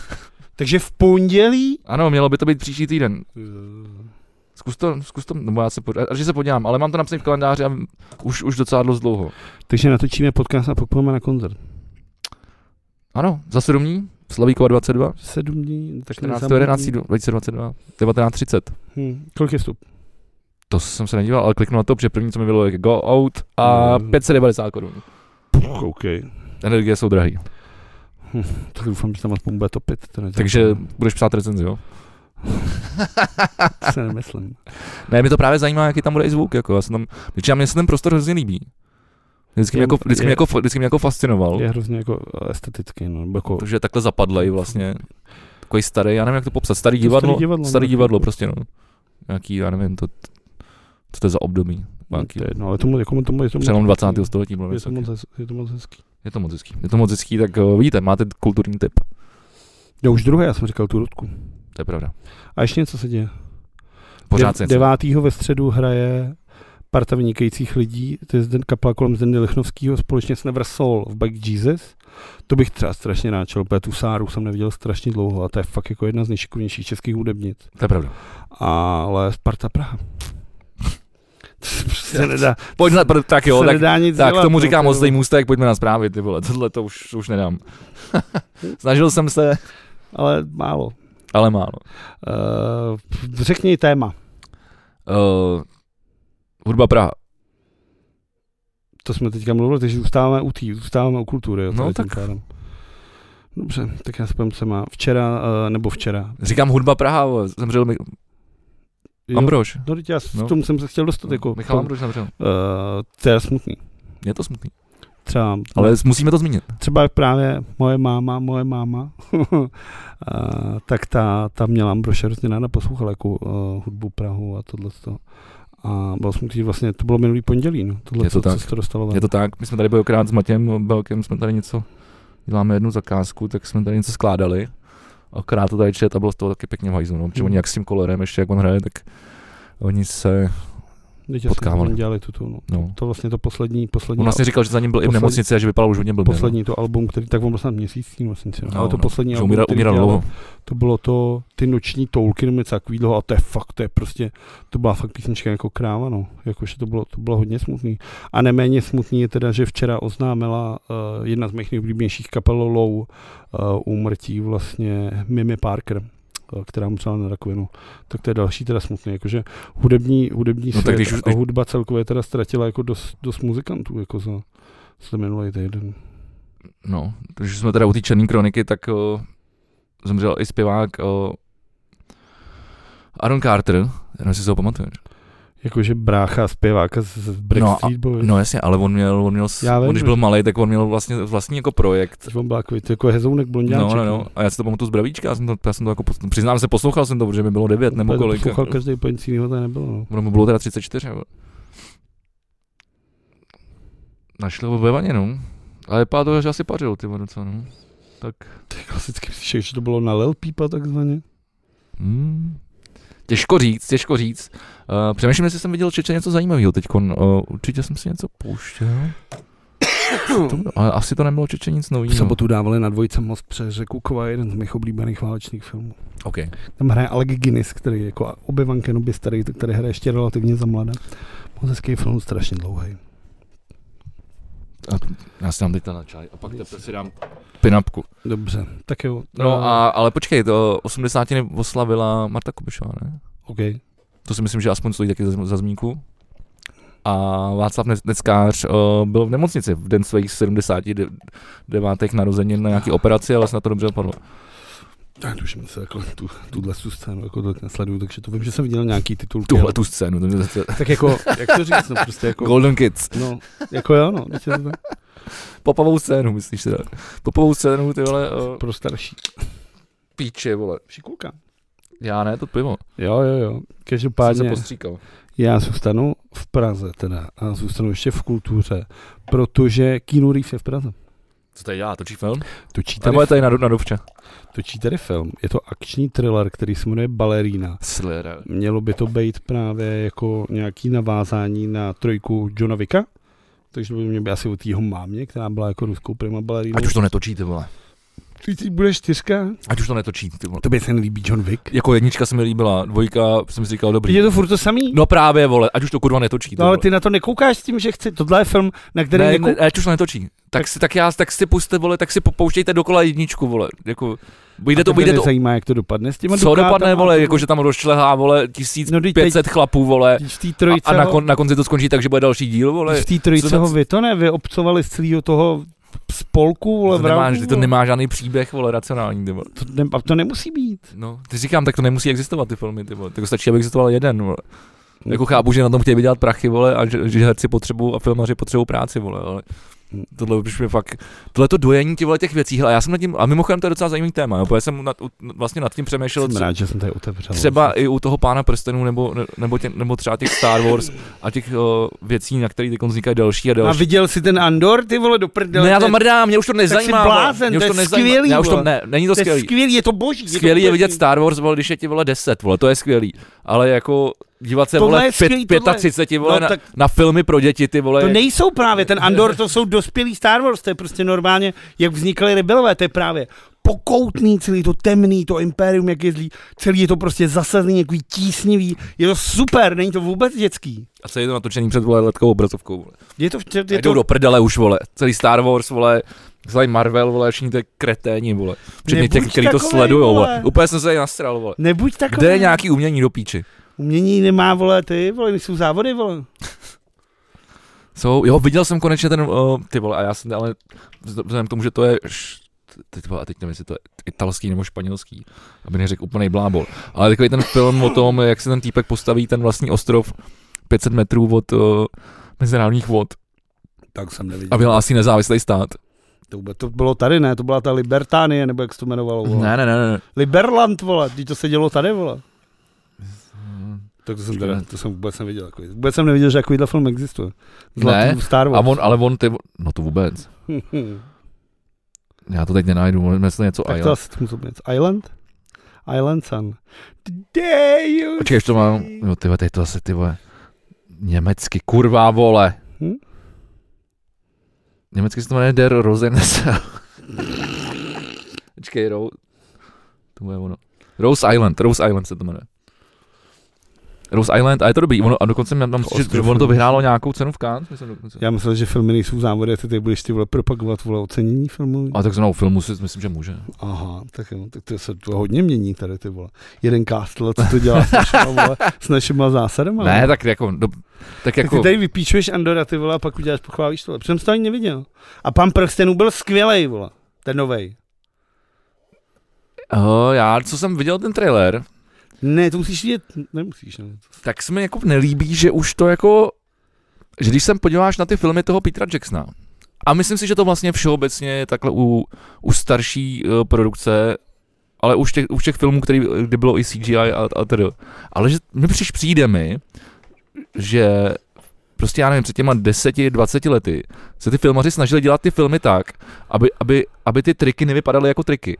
A: takže v pondělí...
B: Ano, mělo by to být příští týden. Zkus to, zkus to, nebo já se, pod, až se podívám, ale mám to napsané v kalendáři a už, už docela dost dlouho.
A: Takže natočíme podcast a pak půjdeme na koncert.
B: Ano, za 7 dní, Slavíkova 22,
A: Sedm dní, tak
B: 14.
A: nezapomeň.
B: 11. 2022, 19.30.
A: Hm, kolik je vstup?
B: To jsem se nedíval, ale kliknu na to, protože první, co mi bylo, je go out a
A: Mm.
B: 590 korun. No.
A: Puch, OK.
B: Energie jsou drahý.
A: Tak doufám, že tam aspoň bude topit. To nezapomeň.
B: Takže budeš psát recenzi, jo?
A: se nemyslím.
B: Ne, mě to právě zajímá, jaký tam bude i zvuk, jako já jsem tam, protože já- mně se ten prostor hrozně líbí. Vždycky mě
A: Je-
B: jako, vždycky mě
A: je-
B: jako, fa- vždycky mě jako fascinoval.
A: Je hrozně jako estetický, no. nebo Jako,
B: protože takhle zapadlej vlastně. Takový starý, já nevím, jak to popsat, starý divadlo, starý
A: starý
B: divadlo,
A: divadlo,
B: starý
A: no.
B: divadlo prostě, no. Nějaký, já nevím, to, co to je za období, nějaký
A: to je, no, ale tomu, jako, tomu, je to moc
B: přelom 20.
A: hezký.
B: století, bylo
A: Je to,
B: něco.
A: moc, hez- je to moc hezký.
B: Je to moc hezký, je to moc hezký, tak uh, vidíte, máte kulturní tip,
A: Já už druhé, já jsem říkal tu rudku.
B: to je pravda.
A: A ještě něco se děje.
B: Pořád
A: Dev-
B: se něco-
A: 9. ve středu hraje parta vynikajících lidí, to je Zden, kapela kolem Zdeny Lichnovského společně s Never Soul v Back Jesus. To bych třeba strašně náčel, protože tu Sáru jsem neviděl strašně dlouho a to je fakt jako jedna z nejšikovnějších českých hudebnic.
B: to je pravda.
A: Ale Sparta Praha. To se prostě nedá,
B: Pojď na, pr- tak jo,
A: se
B: tak,
A: nedá nic
B: tak
A: dělat,
B: tomu
A: no,
B: říkám
A: to je-
B: oslý můstek, pojďme na zprávy, ty vole, tohle to už, už nedám. Snažil jsem se,
A: Ale málo.
B: ale málo.
A: Uh, řekni téma.
B: Uh, hudba Praha.
A: To jsme teďka mluvili, takže zůstáváme u tý, zůstáváme u kultury. Jo,
B: No,
A: tady tím
B: tak-
A: pádem. Dobře, tak já spojím se má včera, uh, nebo včera.
B: Říkám hudba Praha, vole, zemřel mi
A: Jo,
B: Ambrož.
A: No, teď já s
B: No.
A: no. tomu jsem se chtěl dostat. Jako,
B: Michal Ambrož zemřel.
A: Uh, to je smutný.
B: Je to smutný.
A: Třeba,
B: Ale musíme to zmínit.
A: třeba právě moje máma, moje máma, uh, tak ta, ta měla Ambroše hrozně ráda, poslouchala jako uh, hudbu Prahu a tohle A bylo smutný, že vlastně to bylo minulý pondělí, no, tohle
B: Je to tak.
A: co se to dostalo ven.
B: Je to tak, my jsme tady mnohokrát s Matějem Belkem, jsme tady něco, děláme jednu zakázku, tak jsme tady něco skládali. A krát to tady čet a bylo z toho taky pěkně v hajzlu, no, protože
A: Hmm.
B: oni jak s tím kolerem, ještě jak on hraje, tak oni se,
A: Teď já jsem
B: potkávali.
A: dělali tuto, no.
B: no.
A: To vlastně to poslední, poslední
B: On vlastně říkal, že za ním byl i v
A: Poslední-
B: nemocnici a že vypadal už hodně blbě.
A: poslední to album, který tak on byl snad měsíc s tím vlastně, no,
B: No,
A: ale to
B: no,
A: poslední
B: no. Že
A: album,
B: umíral,
A: který
B: umíral
A: dělal,
B: dlouho.
A: to bylo to, ty noční toulky nebo něco takového a to je fakt, to je prostě, to byla fakt písnička jako kráva, no, jakože to bylo, to bylo hodně smutný. A neméně smutný je teda, že včera oznámila uh, jedna z mých nejoblíbenějších kapel Low uh, úmrtí vlastně Mimi Parker eh, která mu na rakovinu, tak to je další teda smutný, jakože hudební, hudební
B: No tak
A: svět
B: když už-
A: a hudba celkově teda ztratila jako dost, dost muzikantů, jako za, za minulý týden.
B: No, takže jsme teda u té černé kroniky, tak o, zemřel i zpěvák o, Aaron Carter, já nevím, jestli se ho pamatuješ.
A: Jakože brácha zpěváka z, z Backstreet Boys.
B: No jasně, ale on měl, on měl, s-
A: Já vím,
B: on když byl malý, tak on měl vlastně vlastní jako projekt,
A: Když on byl takový, to jako hezounek blondělček.
B: No, no, no. A já si to pamatuju z bravíčka, já jsem to, já jsem to jako, pos- přiznám se, poslouchal jsem to, protože mi bylo 9 nebo kolik. jako.
A: Poslouchal každý úplně nic jiného, to nebylo. No.
B: Ono mu bylo teda 34. Nebo. Našli ho ve vaně, no. Ale vypadá to, že asi pařil, ty vole, docela, no. Tak,
A: To je klasicky příšek, že to bylo na Lil Peepa takzvaně.
B: hmm. Těžko říct, těžko říct. Uh, přemýšlím, jestli jsem viděl čeče něco zajímavého teď. Uh, určitě jsem si něco pouštěl. Co to bylo? Ale asi to nebylo čeče nic
A: V
B: nového.
A: sobotu dávali na dvojce most přes řeku Kova, jeden z mých oblíbených válečných filmů.
B: OK.
A: Tam hraje Alec Guinness, který je jako obyvan Kenobi starý, tak tady hraje ještě relativně za mladá. Moc hezký film, strašně dlouhý.
B: Já si dám teď na čaj a pak teprve si dám pinapku.
A: Dobře, tak jo. eh,
B: No a, ale počkej, to 80. oslavila Marta Kubišová, ne?
A: OK.
B: To si myslím, že aspoň stojí taky za, za zmínku. A Václav Ne- Neckář uh, byl v nemocnici v den svých 79. narozenin na nějaký operaci, ale snad to dobře dopadlo.
A: Tak tuším se jako tu, tuhle tu scénu jako tolik nesleduju, takže to vím, že jsem viděl nějaký titul.
B: Tuhle tu scénu, to mě zase...
A: Tak jako, jak to říct, no prostě jako...
B: Golden Kids,
A: No, jako jo, no, teď je to tak
B: popovou scénu, myslíš teda? Popovou scénu, ty vole, uh,
A: pro starší.
B: píči, vole.
A: Šikulka.
B: Já ne, to pivo.
A: Jo, jo, jo.
B: Jsem se
A: Každopádně,
B: postříkal.
A: Já zůstanu v Praze teda a zůstanu ještě v kultuře, protože Keanu Reeves je v Praze.
B: Co tady dělá? Točí film?
A: Točí tady,
B: Nebo je tady na, na dovče?
A: točí tady film. Je to akční thriller, který se jmenuje Balerína.
B: Slera.
A: Mělo by to být právě jako nějaký navázání na trojku Johna Vicka, takže to by mě být asi od jeho mámě, která byla jako ruskou prima balerínou.
B: Ať už to netočí, ty vole.
A: Ty, ty budeš čtyřka?
B: Ať už to netočí, ty vole.
A: Tobě se nelíbí John Wick?
B: Jako jednička se mi líbila, dvojka jsem si říkal dobrý.
A: Je to furt to samý?
B: No právě, vole, ať už to kurva netočí. ty
A: No ale
B: vole.
A: ty jako- na to nekoukáš s tím, že chci, tohle je film, na který
B: ne,
A: nekou...
B: ne, ať už to netočí. Tak,
A: Tak-
B: si, tak, já, tak si puste, vole, tak si popouštějte dokola jedničku, vole. Jako,
A: A
B: vyjde to,
A: tebe
B: vyjde to.
A: nezajímá, jak to dopadne s těma
B: Co
A: dukátama
B: dopadne,
A: a
B: vole,
A: no, to-
B: jako že tam rozšlehá, vole,
A: No, teď- no.
B: 1500 chlapů, vole.
A: Když v té
B: A,
A: trojice,
B: a na,
A: ho-
B: kon, na konci to skončí tak, že bude další díl, vole.
A: když v té trojice
B: co-
A: ho vy to ne, vy obcovali z celého toho spolku, vole,
B: To nemá,
A: vrátku,
B: vždy to nemá žádný příběh, vole, racionální, ty vole.
A: To, ne, a to nemusí být.
B: No, ty říkám, tak to nemusí existovat, ty filmy, ty vole. Tak stačí, aby existoval jeden, vole.
A: No.
B: Jako chápu, že na tom chtějí vydělat prachy, vole, a že, že herci potřebují a filmaři potřebují práci, vole, ale
A: Hmm.
B: tohle už mě fakt, tohle to dojení těch, vole, těch věcí, hele, já jsem nad tím, a mimochodem to je docela zajímavý téma, jo, protože jsem nad, u- vlastně nad tím přemýšlel,
A: Jsem
B: třeba,
A: rád, že jsem tady otevřel.
B: třeba i u toho Pána prstenů, nebo, ne- nebo, tě, nebo třeba těch Star Wars a těch o, věcí, na které teď vznikají další a
A: A
B: další.
A: viděl jsi ten Andor, ty vole, do prdele.
B: Ne, já to
A: je-
B: mrdám, mě už to nezajímá. vole,
A: blázen,
B: mě už
A: to je
B: nezajímá,
A: skvělý,
B: já už to,
A: vole.
B: ne, není to
A: to je
B: skvělý.
A: skvělý, je to boží.
B: Skvělý
A: to
B: je
A: boží.
B: vidět Star Wars, vole, když je ti vole 10, vole, to je skvělý. Ale jako dívat se
A: Tohle
B: vole
A: je skvělý,
B: pět-
A: tohle-
B: 35 vole
A: No,
B: na,
A: tak-
B: na filmy pro děti, ty vole.
A: To nejsou právě ten Andor, to jsou dospělí Star Wars, to je prostě normálně, jak vznikaly rebelové, to je právě pokoutný celý, to temný, to impérium, jak je zlý, celý je to prostě zasazený, nějaký tísnivý, je to super, není to vůbec dětský.
B: A co je to natočený před vole letkou obrazovkou, vole.
A: Je to, je
B: Je
A: to,
B: jdou do prdele už, vole. Celý Star Wars, vole. Celý Marvel, vole, všichni ty kreténi, vole. Všichni těch,
A: Nebuď
B: který to
A: takovej,
B: sledujou, vole.
A: vole.
B: Úplně jsem se tady nasral, vole.
A: Nebuď takový.
B: Kde je nějaký umění do píči?
A: Umění nemá, vole, ty, vole, jsou závody, vole.
B: Jsou, jo, viděl jsem konečně ten, uh, ty vole, a já jsem, ale vz- vzhledem k tomu, že to je, š, teď, vole, a teď nevím, jestli to je italský nebo španělský, aby neřekl úplný blábol, ale takový ten film o tom, jak se ten týpek postaví ten vlastní ostrov 500 metrů od uh, mezinárodních vod
A: Tak jsem
B: a
A: neviděl.
B: byl asi nezávislý stát.
A: To, vůbec- to bylo tady, ne? To byla ta Libertánie, nebo jak se to jmenovalo, vole.
B: Ne, ne, ne, ne.
A: Liberland, vole, když to se dělo tady, vole.
B: Hmm.
A: Tak to
B: jsem teda-
A: to jsem vůbec neviděl. Takový. Vůbec jsem neviděl, že takovýhle film existuje. Zlatý
B: Ne,
A: Star
B: A
A: Wars.
B: on, ale on, ty, vo- no to vůbec. Já to teď nenajdu, možná jestli něco
A: tak
B: Island.
A: to asi musel být. Island? Island Sun. Today you...
B: Počkej, ještě to mám, no ty vole, teď to asi ty vole, německy, kurva vole.
A: Hm?
B: Německy se to jmenuje Der Rosenesel. Počkej, Ro... To je ono. Rose Island, Rose Island se to jmenuje. Rose Island, a je to dobrý, ono, a dokonce mě, mám,
A: To
B: pocit, že, že
A: ostrov.
B: ono to vyhrálo nějakou cenu v Cannes, myslím dokonce.
A: Já myslel, že filmy nejsou závody, a ty tady budeš ty vole propagovat vole ocenění filmů.
B: A tak znovu filmu si myslím, že může.
A: Aha, tak jo, tak to se to hodně mění tady ty vole. Jeden castle, co to dělá s našima, vole, s našima zásadama.
B: Ne, tak jako, do, tak
A: Jako...
B: jako,
A: Ty No. tady vypíčuješ Andora, ty vole, a pak uděláš, pochválíš tohle. Protože jsem to ani neviděl. A pan prstenů byl skvělej, vole. Ten novej.
B: uh, já, co jsem viděl ten trailer,
A: Ne, to musíš vidět, nemusíš. no. Ne.
B: tak se mi jako nelíbí, že už to jako, že když se podíváš na ty filmy toho Petra Jacksona, a myslím si, že to vlastně všeobecně je takhle u, u starší eh, produkce, ale už těch, už těch filmů, který, kdy bylo i CGI a, a tedy. Ale že mi přiš přijde mi, že prostě já nevím, před těma 10-20 lety se ty filmaři snažili dělat ty filmy tak, aby, aby, aby ty triky nevypadaly jako triky.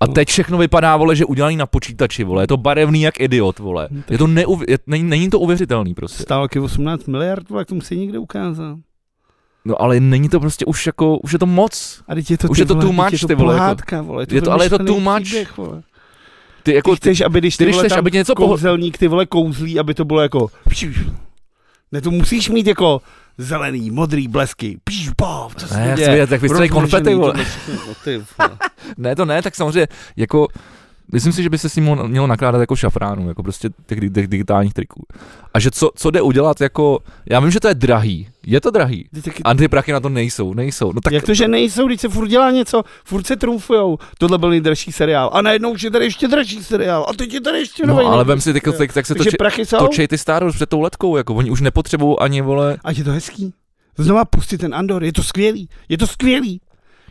B: A
A: No.
B: teď všechno vypadá, vole, že udělaný na počítači, vole, je to barevný jak idiot, vole.
A: No tak-
B: Je to neuv- je, není, není to uvěřitelný prostě.
A: Stál 18 miliard, vole, k tomu se někde ukázal.
B: No ale není to prostě už jako, už je to moc.
A: A teď je to,
B: Už
A: ty
B: je to
A: vole,
B: too
A: teď
B: much,
A: je
B: ty
A: to
B: vole, jako-
A: pohádka, vole,
B: je to- ale je to
A: vymyšlený
B: too much.
A: příběh, vole.
B: Ty jako,
A: Ty chceš, aby když ty,
B: ty když
A: vole,
B: chceš,
A: tam
B: aby tě něco poho-
A: kouzelník, ty vole, kouzlí, aby to bylo jako... Ne, to musíš mít jako zelený, modrý blesky. Píš, pov, co se
B: Ne, já
A: děje?
B: chci vědět, jak vystřelí
A: prostě Rozložený
B: konfety, vole.
A: tohle všechno, no ty vole.
B: Ne, to ne, tak samozřejmě, jako, myslím si, že by se s ním mo- mělo nakládat jako šafránu, jako prostě těch, di- těch digitálních triků. A že co, co jde udělat jako, já vím, že to je drahý, je to drahý.
A: Ty taky-
B: A ty prachy na to nejsou, nejsou. No tak,
A: Tak Jak to, že nejsou, když se furt dělá něco, furt se trumfujou. Tohle byl nejdražší seriál. A najednou už je tady ještě dražší seriál. A teď je tady ještě nový.
B: no, ale
A: nejdražší
B: vem si, tak,
A: seriál.
B: tak, tak se
A: Takže
B: toči,
A: prachy jsou.
B: točej ty Star Wars před tou letkou, jako oni už nepotřebují ani, vole,
A: A je to hezký. Znova pustit ten Andor, je to skvělý. Je to skvělý.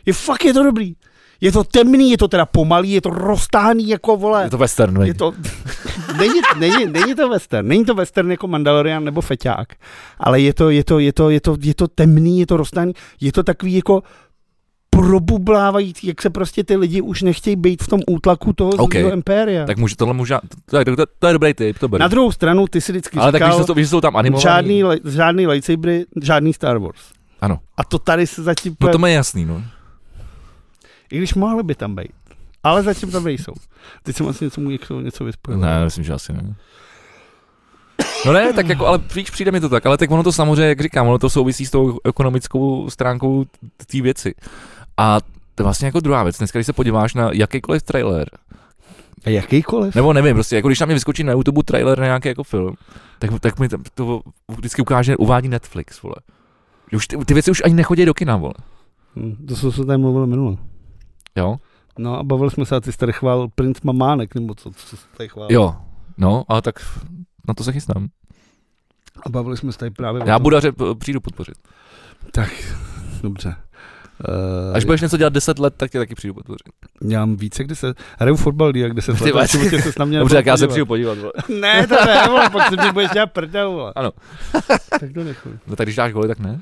A: Je fakt, je to dobrý. Je to temný, je to teda pomalý, je to roztáhný jako vole.
B: Je to western,
A: Je to, není, není, není, to western, není to western jako Mandalorian nebo Feťák, ale je to, je to, je to, je to, je to temný, je to roztaný, je to takový jako probublávající, jak se prostě ty lidi už nechtějí být v tom útlaku toho
B: OK.
A: okay. impéria.
B: Tak může tohle možná, to, je- to, je- to je dobrý tip, to beru.
A: Na druhou stranu, ty si vždycky
B: Ale tak když
A: říkal,
B: jsou, to, když jsou tam animovaní,
A: žádný, le- žádný lightsabery, žádný Star Wars.
B: Ano.
A: A to tady se zatím,
B: no to mi je jasný, no.
A: i když mohly by tam být, ale zatím tam nejsou. Teď jsem asi něco, mu něco, něco vyspojil.
B: Ne, myslím, že asi ne. No ne, tak jako, ale víš, přijde mi to tak, ale tak ono to samozřejmě, jak říkám, ono to souvisí s tou ekonomickou stránkou t- té věci. A to je vlastně jako druhá věc, dneska když se podíváš na jakýkoliv trailer,
A: A jakýkoliv.
B: nebo nevím, prostě, jako když na mě vyskočí na YouTube trailer na nějaký jako film, tak, tak mi tam to vždycky ukáže, uvádí Netflix, vole. Už ty, ty věci už ani nechodí do kina, vole.
A: Hm, To jsme se tady mluvili minule.
B: Jo?
A: No a bavili jsme se, a ty jsi tady chvál princ Mamánek, nebo co, co jsi tady chvál.
B: Jo. No, ale tak na to se chystám.
A: A bavili jsme se tady právě... o
B: Já
A: tom.
B: budaře p- přijdu podpořit.
A: Dobře. Eh,
B: Až budeš něco dělat 10 let, tak tě taky přijdu podpořit.
A: Já mám více, kde se... Hraju fotbal, díl, kde se...
B: Ty vole.
A: Určitě ses na mě
B: Dobře, tak já se
A: nepodívat.
B: přijdu podívat. Vole.
A: Ne, to ne, vole, pak se mě budeš dělat prdel, vole.
B: Ano.
A: tak to nechuj.
B: No tak když dáš goly, tak ne?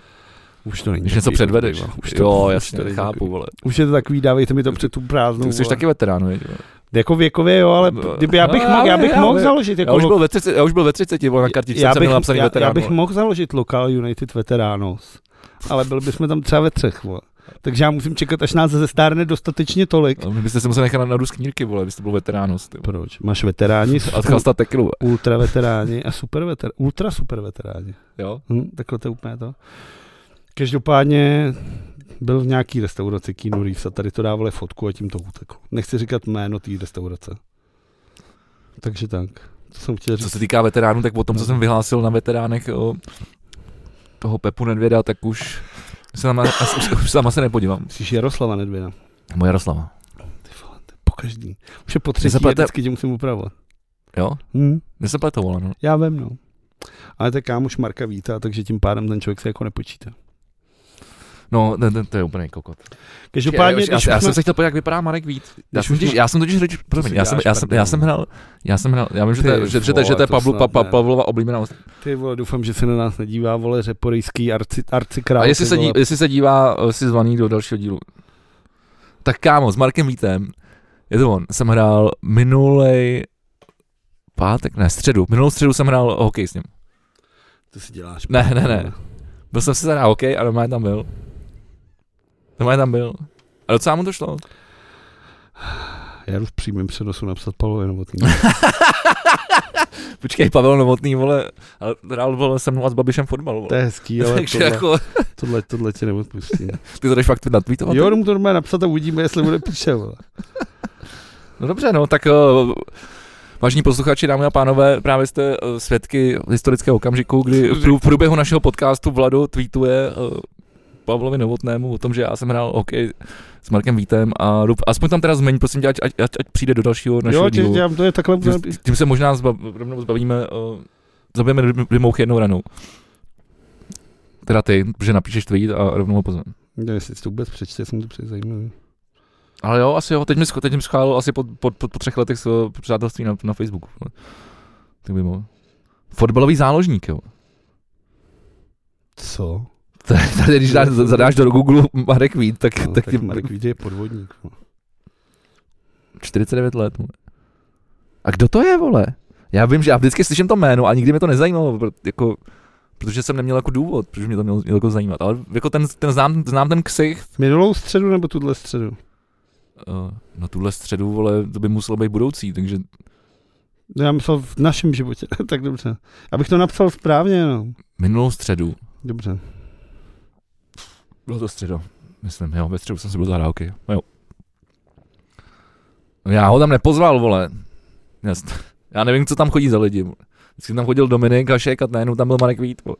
A: Už to není.
B: Když něco
A: takový,
B: předvedeš.
A: vole, Už to,
B: jo,
A: už
B: jasně,
A: to není
B: chápu,
A: takový.
B: vole.
A: Už je to takový, dávejte mi to před tu prázdnou.
B: Ty jsi
A: vole.
B: taky veterán, viď? vole.
A: Jako věkově, jo, ale
B: No,
A: kdyby já bych
B: no,
A: mohl, já
B: ale-
A: bych
B: ale-
A: mohl založit
B: Já už
A: jako
B: byl ve 30, já už byl ve 30, vole, na kartičce
A: já
B: jsem
A: bych,
B: měl napsaný
A: já,
B: veterán.
A: já bych
B: vole.
A: mohl založit lokál United Veteranos, ale byli bychom tam třeba ve třech, vole. Takže já musím čekat, až nás zestárne dostatečně tolik.
B: No, my byste se museli nechat na, na růst knírky, vole, byste byl veteránus. ty vole.
A: Proč? Máš veteráni,
B: A chlastat tekilu,
A: ultra veteráni a super veter, ultra super veteráni.
B: jo?
A: Hm, takhle to je úplně to. Každopádně byl v nějaký restauraci Keanu Reeves a tady to dávali fotku a tím to uteklo. Nechci říkat jméno té restaurace. Takže tak. To jsem chtěl
B: Co
A: říct.
B: se týká veteránů, tak o tom, co jsem vyhlásil na veteránech o, toho Pepu Nedvěda, tak už se na, as, už, už sama se nepodívám.
A: Jsi Jaroslava Nedvěda.
B: Moje Jaroslava.
A: Ty vole, to je po každý. Už je po třetí,
B: zaplete-
A: já vždycky tě musím upravovat.
B: Jo?
A: Hm,
B: Nesepleto, vole, no.
A: já vím, no. Ale tak kámoš Marka vítá, takže tím pádem ten člověk se jako nepočítá.
B: No, ne, ne, to je úplný kokot.
A: Každopádně,
B: já,
A: když
B: já, já,
A: už
B: jsem
A: jsme-
B: se chtěl podívat, jak vypadá Marek Vít. Já
A: Když
B: jsem,
A: už
B: totiž,
A: jsme-
B: já jsem totiž řeč, promiň,
A: si
B: já jsem,
A: děláš
B: já, jsem, já
A: prdel. no.
B: jsem hrál, já jsem hrál, já vím, že to,
A: Ty
B: je- že, že, to- že to
A: vole,
B: je
A: to
B: Pavlu, pa,
A: snad
B: pa,
A: ne.
B: Pavlova oblíbená osa-
A: Ty vole, doufám, že se na nás nedívá, vole, řeporejský arci, arcikrál.
B: A jestli
A: ty
B: se, dí,
A: vole.
B: jestli se dívá, eh, jsi zvaný do dalšího dílu. Tak kámo, s Markem Vítem, je to on, jsem hrál minulej pátek, ne, středu, minulou středu jsem hrál hokej s ním.
A: To si děláš.
B: Ne,
A: prdel,
B: ne, ne. Byl jsem si na hokej a normálně tam byl. Normálně tam byl. A docela mu to šlo.
A: Já jdu v přímém přenosu napsat Pavlovi Novotný.
B: Počkej, Pavel Novotný, vole, ale hrál vole se mnou a s Babišem fotbal,
A: to
B: vole.
A: je hezký, ale
B: Takže
A: tohle,
B: jako, No,
A: tohle, tohle tě neodpustí.
B: ty to jdeš fakt natweetovat.
A: Jo, jdu mu to normálně napsat a uvidíme, jestli bude píše, vole.
B: No dobře, no tak uh, vážení posluchači, dámy a pánové, právě jste uh, svědky historického okamžiku, kdy v prů- v průběhu našeho podcastu Vlado tweetuje uh, Pavlovi Novotnému o tom, že já jsem hrál hokej s Markem Vítem a jdu, aspoň tam teda zmiň, prosím tě, ať, ať, ať ať přijde do dalšího našeho
A: Jo, tě,
B: dílu.
A: dělám, to je takhle.
B: Tím, tím se možná zbav, rovnou zbavíme, uh, zabijeme ry- rymouchy jednou ranou. Teda ty, že napíšeš tweet a rovnou ho pozvem.
A: Nevím, jestli si to vůbec přečte, jsem to přece zajímavý.
B: Ale jo, asi jo, teď mi, scho- teď mi schválil asi po, po, po, po třech letech svého přátelství na, na Facebooku. Tak by mohl. Fotbalový záložník, jo.
A: Co?
B: Tady, když dá, zadáš do Google Marek Vít, tak,
A: No,
B: no, tak, tak
A: Marek Vítě je podvodník.
B: no.
A: vole.
B: 49 let. vole. A kdo to je, vole? Já vím, že já vždycky slyším to jméno a nikdy mě to nezajímalo, pro- jako, protože jsem neměl jako důvod, protože mě to mělo mělo jako zajímat. Ale jako ten, ten znám, znám ten ksicht.
A: Minulou středu nebo tuhle středu?
B: Uh, no tuhle středu, vole, to by muselo být budoucí, takže
A: No, Já myslel v našem životě, tak dobře. Abych to napsal správně, no.
B: minulou středu.
A: Dobře.
B: Bylo to středo, myslím, jo, ve středu jsem si byl zahrál hokej, no jo. No Já ho tam nepozval, vole. Já, st- já nevím, co tam chodí za lidi. vole. Vždycky tam chodil Dominik Hašek a najednou tam byl Marek Vít, vole.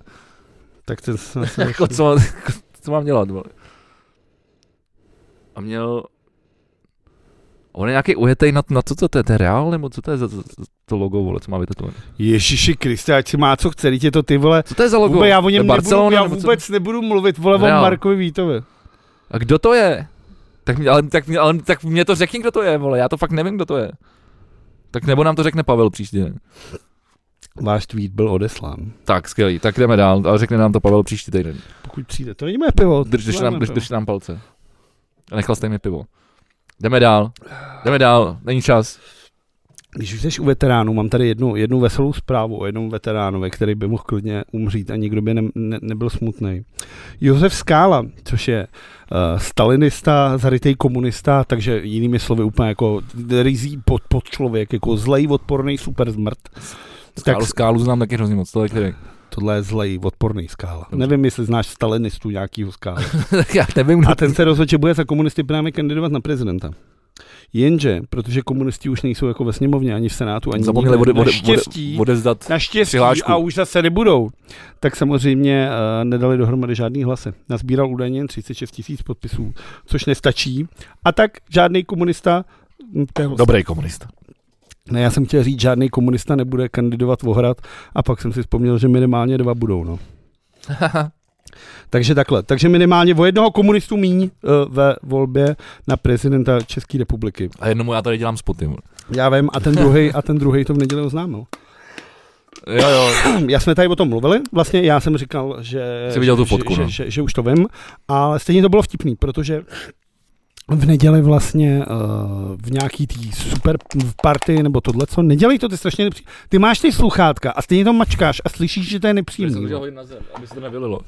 A: Tak ten snad se
B: Jako co, mám- co mám dělat, vole. A měl... On je nějaký ujetej na, na co to, to, je, to je reál, nebo co to je za, za, za to logo, vole, co má vytetované?
A: Ježiši Kriste, ať si má co chce, dítě to ty vole.
B: Co to je za logo?
A: Vůbec, já o
B: To je
A: něm nebudu,
B: Barcelona,
A: já
B: nebo co?
A: vůbec nebudu mluvit, vole, o
B: Real.
A: Markovi Vítovi.
B: A kdo to je? Tak, mi- ale, tak, mi- ale, tak mě to řekni, kdo to je, vole, já to fakt nevím, kdo to je. Tak nebo nám to řekne Pavel příště.
A: Váš tweet byl odeslán.
B: Tak, skvělý, tak jdeme dál, ale řekne nám to Pavel příští týden.
A: Pokud přijde, to není moje pivo.
B: Drž, drž,
A: to je
B: nám,
A: moje
B: drž,
A: pivo.
B: drž nám palce. A nechal jste mi pivo. Jdeme dál, jdeme dál, není čas.
A: Když už jsi u veteránů, mám tady jednu, jednu veselou zprávu o jednom veteránovi, který by mohl klidně umřít a nikdo by ne, ne, nebyl smutný. Josef Skála, což je uh, stalinista, zarytej komunista, takže jinými slovy úplně jako rizí pod, pod člověk, jako zlej, odporný, super zmrt.
B: Skálu, tak... skálu znám taky hrozně moc, to je který-
A: Tohle je zlej, odporný Skála.
B: Dobře.
A: Nevím, jestli znáš stalinistu nějakýho Skála.
B: Tak já nevím, kdo
A: A ten se rozhodl, že bude za komunisty právě kandidovat na prezidenta. Jenže, protože komunisti už nejsou jako ve sněmovně, ani v senátu, ani
B: zapomněli
A: nikde,
B: ode, ode,
A: naštěstí,
B: ode, odevzdat.
A: naštěstí
B: přihlášku.
A: a už zase nebudou, tak samozřejmě uh, nedali dohromady žádný hlasy. Nazbíral údajně jen 36 tisíc podpisů, což nestačí. A tak žádný komunista hm, to je vlastně-
B: Dobrý komunista.
A: Ne, já jsem chtěl říct, žádný komunista nebude kandidovat v Ohrad a pak jsem si vzpomněl, že minimálně dva budou. No. Takže takhle. Takže minimálně o jednoho komunistu míň eh, ve volbě na prezidenta České republiky.
B: A jednomu já tady dělám spoty. vole.
A: Já vím, a ten druhý, a ten druhý to v neděli oznámil.
B: Jo, jo,
A: Já jsme tady o tom mluvili, vlastně já jsem říkal, že,
B: Jsi viděl tu
A: že-
B: fotku,
A: že,
B: no.
A: že, že, že už to vím, ale stejně to bylo vtipný, protože v neděli vlastně uh, v nějaký tý super party nebo tohle, co nedělej to, ty strašně nepří... Ty máš ty sluchátka a stejně to mačkáš a slyšíš, že to je nepříjemný. no. jo.
B: na zem, aby se to nevylilo.